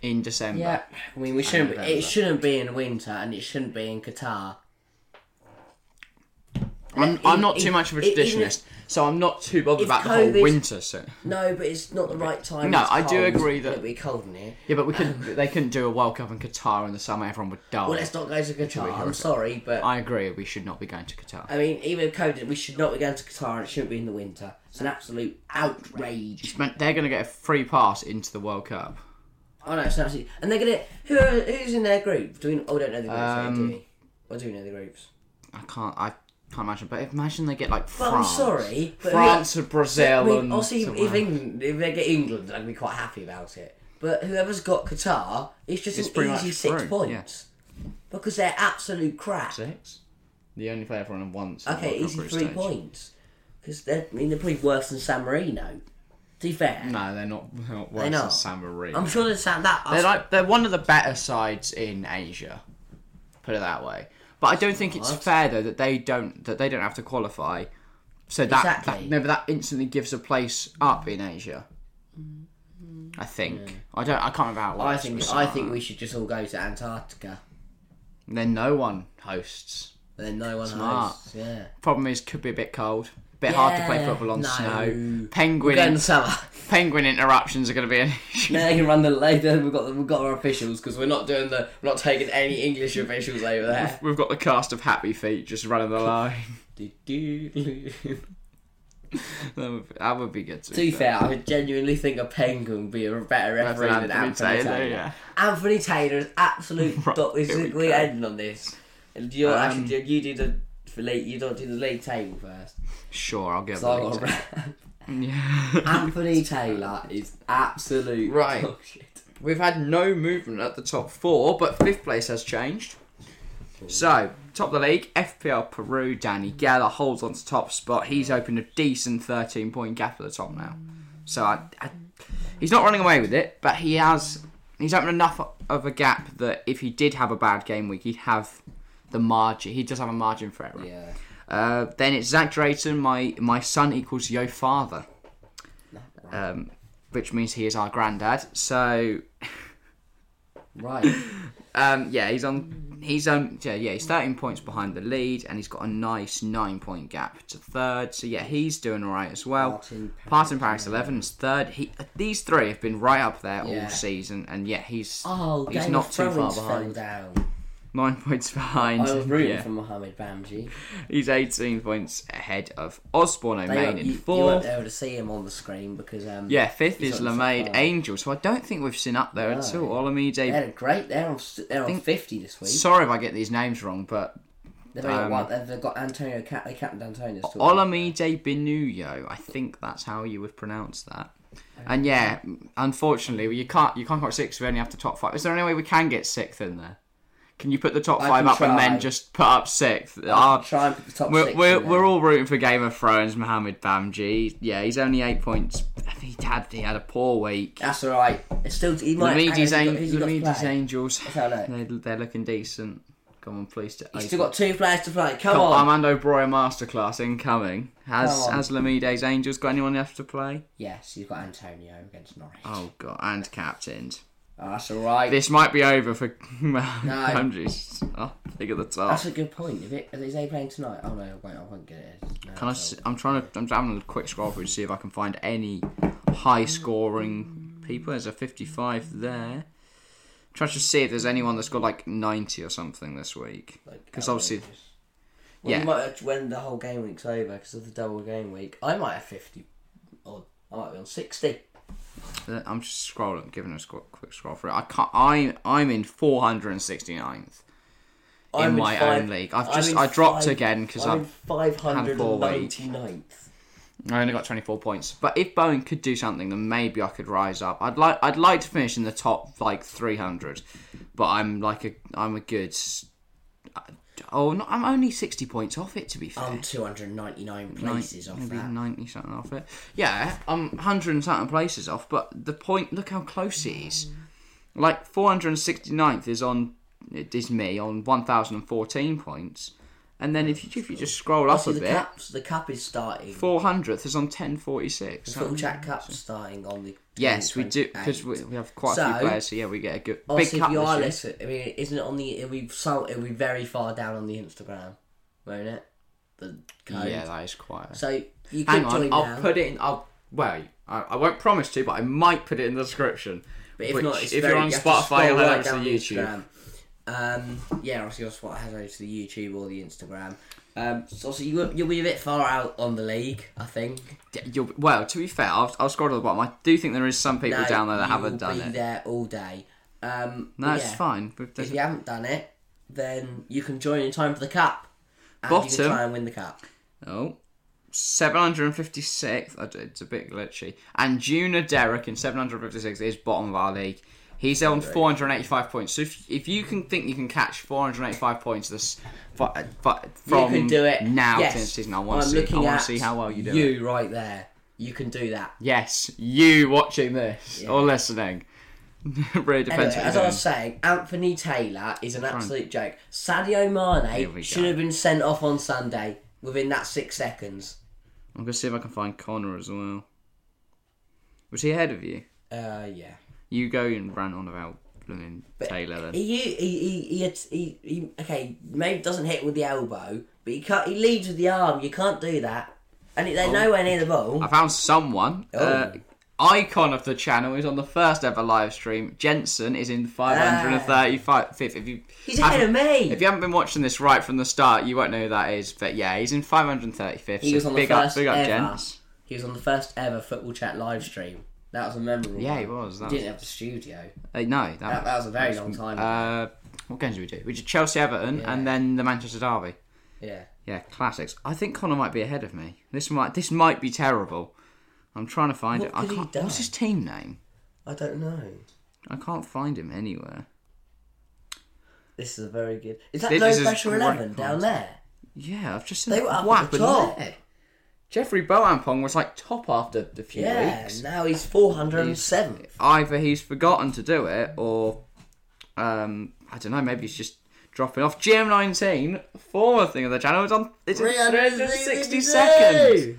Speaker 1: in December.
Speaker 2: Yeah, I mean, we shouldn't. Be,
Speaker 1: November.
Speaker 2: it shouldn't be in winter, and it shouldn't be in Qatar.
Speaker 1: I'm,
Speaker 2: Yeah,
Speaker 1: I'm not
Speaker 2: e-
Speaker 1: too much of a
Speaker 2: e- even
Speaker 1: traditionalist, so I'm not too bothered
Speaker 2: if
Speaker 1: about the whole
Speaker 2: Covid-
Speaker 1: winter. So.
Speaker 2: No, but it's not the right time.
Speaker 1: No,
Speaker 2: it's
Speaker 1: I do
Speaker 2: cold.
Speaker 1: agree that-
Speaker 2: it'll be cold in here.
Speaker 1: Yeah, but we couldn't. they couldn't do a World Cup in Qatar in the summer. Everyone would die.
Speaker 2: Well, let's not go to Qatar. I'm sorry, but I,
Speaker 1: I agree. We should not be going to Qatar.
Speaker 2: mean, even COVID, we should not be going to Qatar. and It shouldn't be in the winter. It's an absolute outrage.
Speaker 1: It's meant They're going to get a free pass into the World Cup.
Speaker 2: Oh no, it's an absolute. And they're gonna. Who are, who's in their group? Do we? Oh, we don't know the groups.
Speaker 1: Um,
Speaker 2: do we? Or do we know the groups?
Speaker 1: I can't. I can't imagine. But imagine they get like
Speaker 2: Well,
Speaker 1: France.
Speaker 2: I'm sorry, but
Speaker 1: France or Brazil.
Speaker 2: I mean,
Speaker 1: and
Speaker 2: obviously, if,
Speaker 1: someone else.
Speaker 2: England, if they get England, I'd be quite happy about it. But whoever's got Qatar, it's just
Speaker 1: It's pretty
Speaker 2: an easy
Speaker 1: much
Speaker 2: six
Speaker 1: through,
Speaker 2: points because they're absolute crap.
Speaker 1: six. The only player everyone once. in the
Speaker 2: Okay,
Speaker 1: World Cup
Speaker 2: easy
Speaker 1: group
Speaker 2: three
Speaker 1: stage.
Speaker 2: points because they're I mean they're probably worse than San Marino. To be fair,
Speaker 1: No, they're not. They're not worse
Speaker 2: They're
Speaker 1: than
Speaker 2: not.
Speaker 1: San Marino.
Speaker 2: I'm sure they're San that.
Speaker 1: they're like they're one of the better sides in Asia. Put it that way. But I don't think it's
Speaker 2: Alright.
Speaker 1: fair though that they don't that they don't have to qualify. So that,
Speaker 2: Exactly.
Speaker 1: that no, but that instantly gives a place up in Asia. I think. I don't. I can't remember how. It
Speaker 2: Mm-hmm. I
Speaker 1: works
Speaker 2: think
Speaker 1: with
Speaker 2: I
Speaker 1: Samoa.
Speaker 2: think we should just all go to Antarctica.
Speaker 1: Then no one hosts.
Speaker 2: And then no one
Speaker 1: Smart.
Speaker 2: hosts. Yeah,
Speaker 1: Problem is, could be a bit cold. Bit hard to play
Speaker 2: Yeah,
Speaker 1: football on
Speaker 2: no.
Speaker 1: snow.
Speaker 2: we're
Speaker 1: Penguin
Speaker 2: going in the summer.
Speaker 1: penguin interruptions are going to be an issue.
Speaker 2: now they can run the later. We've got we've got our officials because we're not doing the we're not taking any English officials over there.
Speaker 1: We've got the cast of Happy Feet just running the line.
Speaker 2: Do-do-do.
Speaker 1: that, would be, that would be good. To
Speaker 2: to be fair, I genuinely think a penguin would be a better referee
Speaker 1: Anthony
Speaker 2: than Anthony Taylor.
Speaker 1: Taylor, yeah.
Speaker 2: Anthony Taylor is absolute.
Speaker 1: Right,
Speaker 2: dot, this
Speaker 1: here we
Speaker 2: is, we're
Speaker 1: go.
Speaker 2: ending on this. And you
Speaker 1: Um,
Speaker 2: actually do- you do the for league, you don't do the league table first.
Speaker 1: Sure, I'll give
Speaker 2: So I
Speaker 1: it.
Speaker 2: got
Speaker 1: a Yeah.
Speaker 2: Anthony Taylor is absolute
Speaker 1: Right.
Speaker 2: dog shit.
Speaker 1: We've had no movement at the top four, but fifth place has changed. So, top of the league, FPL Peru, Danny Geller holds on to top spot. He's opened a decent 13 point gap at the top now. So, I, I, he's not running away with it, but he has. He's opened enough of a gap that if he did have a bad game week, he'd have the margin. He does have a margin for error.
Speaker 2: Yeah.
Speaker 1: Uh, then it's Zach Drayton, my my son equals yo father, um, which means he is our granddad. So
Speaker 2: Right.
Speaker 1: um, yeah, he's on He's um yeah, yeah he's 13 points behind the lead and he's got a nice nine point gap to third. So yeah, he's doing all right as well.
Speaker 2: Martin Paris,
Speaker 1: Parton Paris 11 is third. He uh, these three have been right up there
Speaker 2: Yeah.
Speaker 1: all season and yeah, he's
Speaker 2: Oh,
Speaker 1: He's
Speaker 2: Game
Speaker 1: not
Speaker 2: of
Speaker 1: too far
Speaker 2: Thrones fell
Speaker 1: behind.
Speaker 2: down.
Speaker 1: 9 points behind.
Speaker 2: I was rooting
Speaker 1: Yeah.
Speaker 2: for Mohammed Bamji.
Speaker 1: He's 18 points ahead of Osborne
Speaker 2: They,
Speaker 1: O'Main
Speaker 2: you,
Speaker 1: in
Speaker 2: you won't
Speaker 1: fourth.
Speaker 2: be able to see him on the screen because um,
Speaker 1: Yeah, fifth
Speaker 2: He's
Speaker 1: is
Speaker 2: on the
Speaker 1: Lamade
Speaker 2: far.
Speaker 1: Angel. So I don't think we've seen up there at
Speaker 2: No.
Speaker 1: all.
Speaker 2: they
Speaker 1: Olamide.
Speaker 2: had a great. They're on s- they're on
Speaker 1: Think-
Speaker 2: fifty this week.
Speaker 1: Sorry if I get these names wrong, but
Speaker 2: they've only
Speaker 1: um,
Speaker 2: got one. They've got Antonio. Ca- They captained Antonio's tour.
Speaker 1: Olamide Binuyo. I think that's how you would pronounce that. And yeah, unfortunately, you can't you can't get six. We only have the top five. Is there any way we can get sixth in there? Can you put the top
Speaker 2: I
Speaker 1: five
Speaker 2: can
Speaker 1: up and
Speaker 2: try.
Speaker 1: then just put up sixth? Ah,
Speaker 2: Try and put the top
Speaker 1: we're,
Speaker 2: 6
Speaker 1: we're,
Speaker 2: in there.
Speaker 1: we're all rooting for Game of Thrones. Mohammed Bamji. Yeah, he's only eight points. He had he had a poor week.
Speaker 2: That's all right. It's still he might. hang on,
Speaker 1: Lamide's,
Speaker 2: who's he got-
Speaker 1: An-
Speaker 2: who's he got to
Speaker 1: Lamide's
Speaker 2: play?
Speaker 1: Angels.
Speaker 2: Let's have a look.
Speaker 1: They're, they're looking decent. Come on, please. to-
Speaker 2: He's still got two players to play. Come
Speaker 1: Come
Speaker 2: on.
Speaker 1: on, Armando Breuer masterclass incoming. Has
Speaker 2: Come on.
Speaker 1: has Lamide's Angels got anyone left to play?
Speaker 2: Yes, he's got Antonio against Norwich. Oh,
Speaker 1: Oh god, and captained.
Speaker 2: that's all right.
Speaker 1: This might be over for Andrews. Oh, think at the top.
Speaker 2: That's a good point. If it, is they playing tonight? Oh no, wait, I won't get it. No,
Speaker 1: Can I?
Speaker 2: so-
Speaker 1: s- I'm trying to. I'm having a quick scroll through to see if I can find any high scoring people. There's a 55 there. Try to see if there's anyone that's got like 90 or something this week.
Speaker 2: like,
Speaker 1: Because
Speaker 2: double
Speaker 1: obviously,
Speaker 2: weeks. well,
Speaker 1: yeah.
Speaker 2: you might have- when the whole game week's over because of the double game week. I might have fifty odd. I might be on sixty.
Speaker 1: I'm just scrolling, giving a sc- quick scroll through. I can't. I I'm in 469th. in
Speaker 2: I'm
Speaker 1: my
Speaker 2: five-
Speaker 1: own league. I've
Speaker 2: I'm
Speaker 1: just
Speaker 2: in
Speaker 1: I dropped
Speaker 2: five-
Speaker 1: again because
Speaker 2: I'm
Speaker 1: I
Speaker 2: in 599th.
Speaker 1: I only got 24 points. But if Bowen could do something, then maybe I could rise up. I'd like I'd like to finish in the top like 300, but I'm like a I'm a good. s- Oh, no, I'm only 60 points off it to be fair.
Speaker 2: I'm 299
Speaker 1: Nin-
Speaker 2: places off
Speaker 1: maybe
Speaker 2: that.
Speaker 1: 90 something off it. Yeah, I'm 100 and something places off, but the point, look how close it is. Like 469th is on, it is me on 1014 points. And then if you, if you just scroll up a
Speaker 2: See, the,
Speaker 1: bit,
Speaker 2: cups, the cup is starting.
Speaker 1: 400th is on 1046.
Speaker 2: Full chat cup's starting on the.
Speaker 1: Yes, we do, because we, we have quite a
Speaker 2: So-
Speaker 1: few players, so yeah, we get a good big
Speaker 2: Obviously,
Speaker 1: cup
Speaker 2: if you
Speaker 1: this
Speaker 2: are
Speaker 1: year.
Speaker 2: listening, I mean, isn't it on the? It'll be, so, it'll be very far down on the Instagram, won't it? The code.
Speaker 1: Yeah, that is quite.
Speaker 2: So you could
Speaker 1: Hang
Speaker 2: join
Speaker 1: on,
Speaker 2: I'll
Speaker 1: I'll put it in. I'll well, I, I won't promise to, but I might put it in the description.
Speaker 2: but if
Speaker 1: which,
Speaker 2: not, it's
Speaker 1: if
Speaker 2: very,
Speaker 1: you're on
Speaker 2: you have to
Speaker 1: Spotify,
Speaker 2: scroll
Speaker 1: you'll head
Speaker 2: right
Speaker 1: over to
Speaker 2: down the
Speaker 1: YouTube.
Speaker 2: Instagram. Um, yeah, obviously, your Spotify has over to the YouTube or the Instagram. Um, so obviously you will, you'll be a bit far out on the league, I think.
Speaker 1: Yeah, You'll, well, to be fair, I'll, I'll scroll to the bottom. I do think there is some people
Speaker 2: No,
Speaker 1: down there that
Speaker 2: you
Speaker 1: haven't
Speaker 2: will
Speaker 1: done
Speaker 2: be
Speaker 1: it.
Speaker 2: there all day. Um,
Speaker 1: No,
Speaker 2: but
Speaker 1: it's
Speaker 2: yeah,
Speaker 1: fine. We've-
Speaker 2: If you haven't done it, then you can join in time for the cup. And you can
Speaker 1: Bottom.
Speaker 2: try and win the cup.
Speaker 1: Oh. 756th. I d- It's a bit glitchy. And Juna Derrick in 756 is bottom of our league. He's on 485 points. So if, if you can think you can catch 485 points this but, but from
Speaker 2: you can do it
Speaker 1: now
Speaker 2: yes.
Speaker 1: to the season, I want to
Speaker 2: I'm
Speaker 1: see, I
Speaker 2: looking
Speaker 1: want
Speaker 2: at
Speaker 1: to see how well you do it.
Speaker 2: You right there. You can do that.
Speaker 1: Yes, you watching this or listening. really depends what
Speaker 2: Anyway, as
Speaker 1: you're
Speaker 2: I
Speaker 1: doing.
Speaker 2: was saying, Anthony Taylor is an absolute joke. Sadio
Speaker 1: Here we
Speaker 2: Mane should
Speaker 1: go.
Speaker 2: have been sent off on Sunday within that six seconds.
Speaker 1: I'm going to see if I can find Connor as well. Was he ahead of you?
Speaker 2: Uh, yeah.
Speaker 1: You go and rant on about blooming Taylor then.
Speaker 2: He, he, he, he, had- he, he, okay, maybe doesn't hit with the elbow, but he can't, he leads with the arm. You can't do that. And they're
Speaker 1: Oh.
Speaker 2: nowhere near the ball.
Speaker 1: I found someone.
Speaker 2: Oh.
Speaker 1: Uh, icon of the channel is on the first ever live stream. Jensen is in 535th. If you
Speaker 2: Ah. He's ahead of
Speaker 1: haven't-
Speaker 2: me.
Speaker 1: If you haven't been watching this right from the start, you won't know who that is. But yeah, he's in 535th.
Speaker 2: He
Speaker 1: so
Speaker 2: was on the
Speaker 1: big
Speaker 2: first
Speaker 1: up, big up,
Speaker 2: ever.
Speaker 1: gents.
Speaker 2: He was on the first ever football chat live stream. That was a memorable.
Speaker 1: Yeah,
Speaker 2: one.
Speaker 1: he was. That was
Speaker 2: Didn't have the studio.
Speaker 1: uh, no, that,
Speaker 2: That, that was a very long time. ago.
Speaker 1: Uh, what games did we do? We did Chelsea, Everton,
Speaker 2: Yeah.
Speaker 1: and then the Manchester Derby.
Speaker 2: yeah.
Speaker 1: Yeah, classics. I think Connor might be ahead of me. This might this might be terrible. I'm trying to find
Speaker 2: What
Speaker 1: it. I
Speaker 2: could he
Speaker 1: can't.
Speaker 2: do?
Speaker 1: What's his team name?
Speaker 2: I don't know.
Speaker 1: I can't find him anywhere.
Speaker 2: This is a very good. Is that
Speaker 1: This-
Speaker 2: no
Speaker 1: this is
Speaker 2: pressure
Speaker 1: great
Speaker 2: eleven down
Speaker 1: content.
Speaker 2: there?
Speaker 1: Yeah, I've just seen
Speaker 2: They were up
Speaker 1: what
Speaker 2: at the
Speaker 1: happened
Speaker 2: top.
Speaker 1: there. Jeffrey Boampong was like top after the few
Speaker 2: Yeah,
Speaker 1: weeks.
Speaker 2: now he's four hundred and seven.
Speaker 1: Either he's forgotten to do it, or um, I don't know. Maybe he's just dropping off. GM19, former thing of the channel, is on. It's in 360 seconds.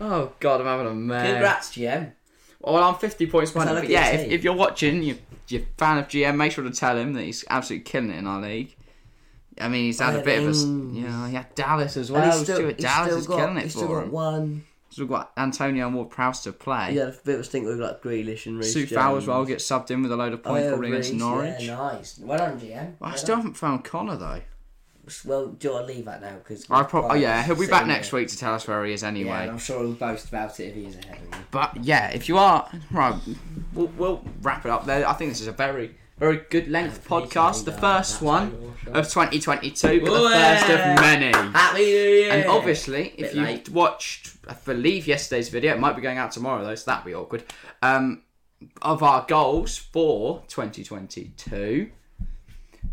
Speaker 1: Oh god, I'm having a mess.
Speaker 2: Congrats, GM.
Speaker 1: Well, I'm 50 points behind.
Speaker 2: I
Speaker 1: him,
Speaker 2: look
Speaker 1: But
Speaker 2: at your
Speaker 1: yeah, if,
Speaker 2: team.
Speaker 1: if you're watching, you, you're a fan of GM, make sure to tell him that he's absolutely killing it in our league. I mean, he's had a
Speaker 2: had
Speaker 1: bit of a s-
Speaker 2: Ings.
Speaker 1: yeah. He had Dallas as well.
Speaker 2: And
Speaker 1: Stuart Dallas
Speaker 2: still
Speaker 1: is
Speaker 2: got,
Speaker 1: killing it
Speaker 2: he's still
Speaker 1: for
Speaker 2: got
Speaker 1: him.
Speaker 2: one.
Speaker 1: So we've got Antonio and Ward Prowse to play.
Speaker 2: He had a bit of a stink with like Grealish and Reece
Speaker 1: Sue Fowl as well gets subbed in with a load of points probably against Norwich.
Speaker 2: Oh, Yeah, nice. Well done, GM.
Speaker 1: I still haven't found Connor though.
Speaker 2: Well, do you want to leave that now? Because
Speaker 1: I prob- oh yeah, he'll be back next week to tell us where he is anyway.
Speaker 2: Yeah, and I'm sure he'll boast about it if he's ahead of me.
Speaker 1: But yeah, if you are right, we'll, we'll wrap it up there. I think this is a very very good length podcast, the first one of 2022, but the
Speaker 2: Yeah.
Speaker 1: first of many.
Speaker 2: Happy New Year!
Speaker 1: And obviously, if
Speaker 2: Bit
Speaker 1: you
Speaker 2: late.
Speaker 1: watched, I believe yesterday's video, it might be going out tomorrow though, so that'd be awkward. Um, of our goals for 2022,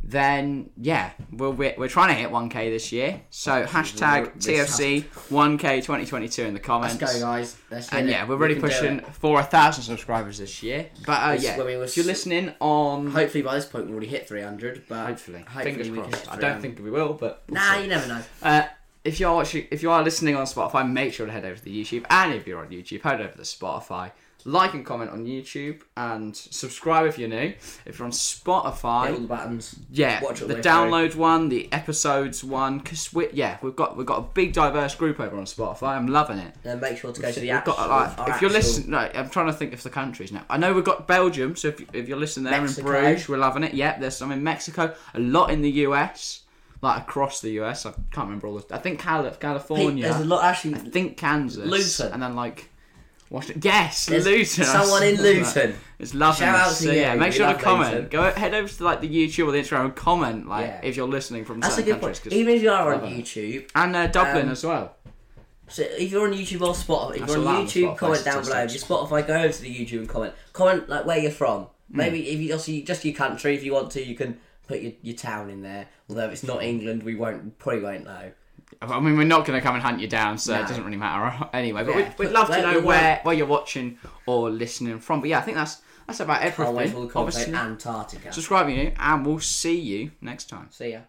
Speaker 1: then yeah, we're, we're, we're trying to hit 1k this year. So hashtag
Speaker 2: we're- we're
Speaker 1: TFC 1k 2022 in the comments.
Speaker 2: Let's go, guys. Let's do
Speaker 1: And
Speaker 2: it.
Speaker 1: yeah, we're
Speaker 2: We
Speaker 1: really
Speaker 2: can do
Speaker 1: pushing
Speaker 2: it.
Speaker 1: for a thousand subscribers this year. But uh,
Speaker 2: This-
Speaker 1: yeah,
Speaker 2: when we were
Speaker 1: if you're
Speaker 2: s-
Speaker 1: listening on,
Speaker 2: Hopefully, by this point, we'll already hit 300. But
Speaker 1: hopefully,
Speaker 2: hopefully we
Speaker 1: fingers
Speaker 2: can hit
Speaker 1: crossed. I don't
Speaker 2: 300.
Speaker 1: think we will, but we'll
Speaker 2: Nah,
Speaker 1: see.
Speaker 2: you never know.
Speaker 1: Uh, if you are watching, if you are listening on Spotify, make sure to head over to the YouTube. And if you're on YouTube, head over to Spotify. Like and comment on YouTube and subscribe if you're new. If you're on Spotify,
Speaker 2: Hit all the buttons.
Speaker 1: yeah,
Speaker 2: Watch all
Speaker 1: the
Speaker 2: the way
Speaker 1: download one, the episodes one, because we yeah we've got we've got a big diverse group over on Spotify. I'm loving it.
Speaker 2: Then make sure to go to the
Speaker 1: We've
Speaker 2: app.
Speaker 1: got,
Speaker 2: store,
Speaker 1: like,
Speaker 2: our
Speaker 1: if you're
Speaker 2: app store.
Speaker 1: listening, no, I'm trying to think of the countries now. I know we've got Belgium, so if, you- if you're listening there
Speaker 2: Mexico.
Speaker 1: in Bruges, we're loving it. Yep, there's some in Mexico, a lot in the US, like across the US. I can't remember all the. I think Cali-
Speaker 2: Pete,
Speaker 1: California.
Speaker 2: there's a lot actually.
Speaker 1: I think Kansas.
Speaker 2: Luton.
Speaker 1: And then like. Washington. Yes,
Speaker 2: There's
Speaker 1: Luton. I
Speaker 2: someone in
Speaker 1: saw that.
Speaker 2: Luton.
Speaker 1: It's lovely.
Speaker 2: Shout out
Speaker 1: So,
Speaker 2: to you,
Speaker 1: yeah, make
Speaker 2: we
Speaker 1: sure to
Speaker 2: love
Speaker 1: comment.
Speaker 2: Luton.
Speaker 1: Go head over to like the YouTube or the Instagram and comment like
Speaker 2: Yeah.
Speaker 1: if you're listening from
Speaker 2: That's a
Speaker 1: certain
Speaker 2: good
Speaker 1: countries.
Speaker 2: point.
Speaker 1: 'cause-
Speaker 2: Even if you are on
Speaker 1: Love it.
Speaker 2: YouTube,
Speaker 1: and uh, Dublin
Speaker 2: Um,
Speaker 1: as well.
Speaker 2: so if you're on YouTube or Spotify, if
Speaker 1: That's
Speaker 2: you're
Speaker 1: a lot
Speaker 2: on
Speaker 1: on
Speaker 2: YouTube,
Speaker 1: Spotify
Speaker 2: comment down below. If you're Spotify, go over to the YouTube and comment. Comment like where you're from.
Speaker 1: Hmm.
Speaker 2: Maybe if you also you- just your country, if you want to, you can put your, your town in there. Although if it's not England, we won't probably won't know.
Speaker 1: I mean, we're not going to come and hunt you down, so it
Speaker 2: No.
Speaker 1: doesn't really matter anyway. But
Speaker 2: Yeah.
Speaker 1: we'd, we'd love to
Speaker 2: Let
Speaker 1: know
Speaker 2: me know.
Speaker 1: where, where you're watching or listening from. But yeah, I think that's that's about
Speaker 2: Can't wait for
Speaker 1: everything.
Speaker 2: the content.
Speaker 1: Obviously,
Speaker 2: Antarctica.
Speaker 1: subscribe if you're new, and we'll see you next time.
Speaker 2: See ya.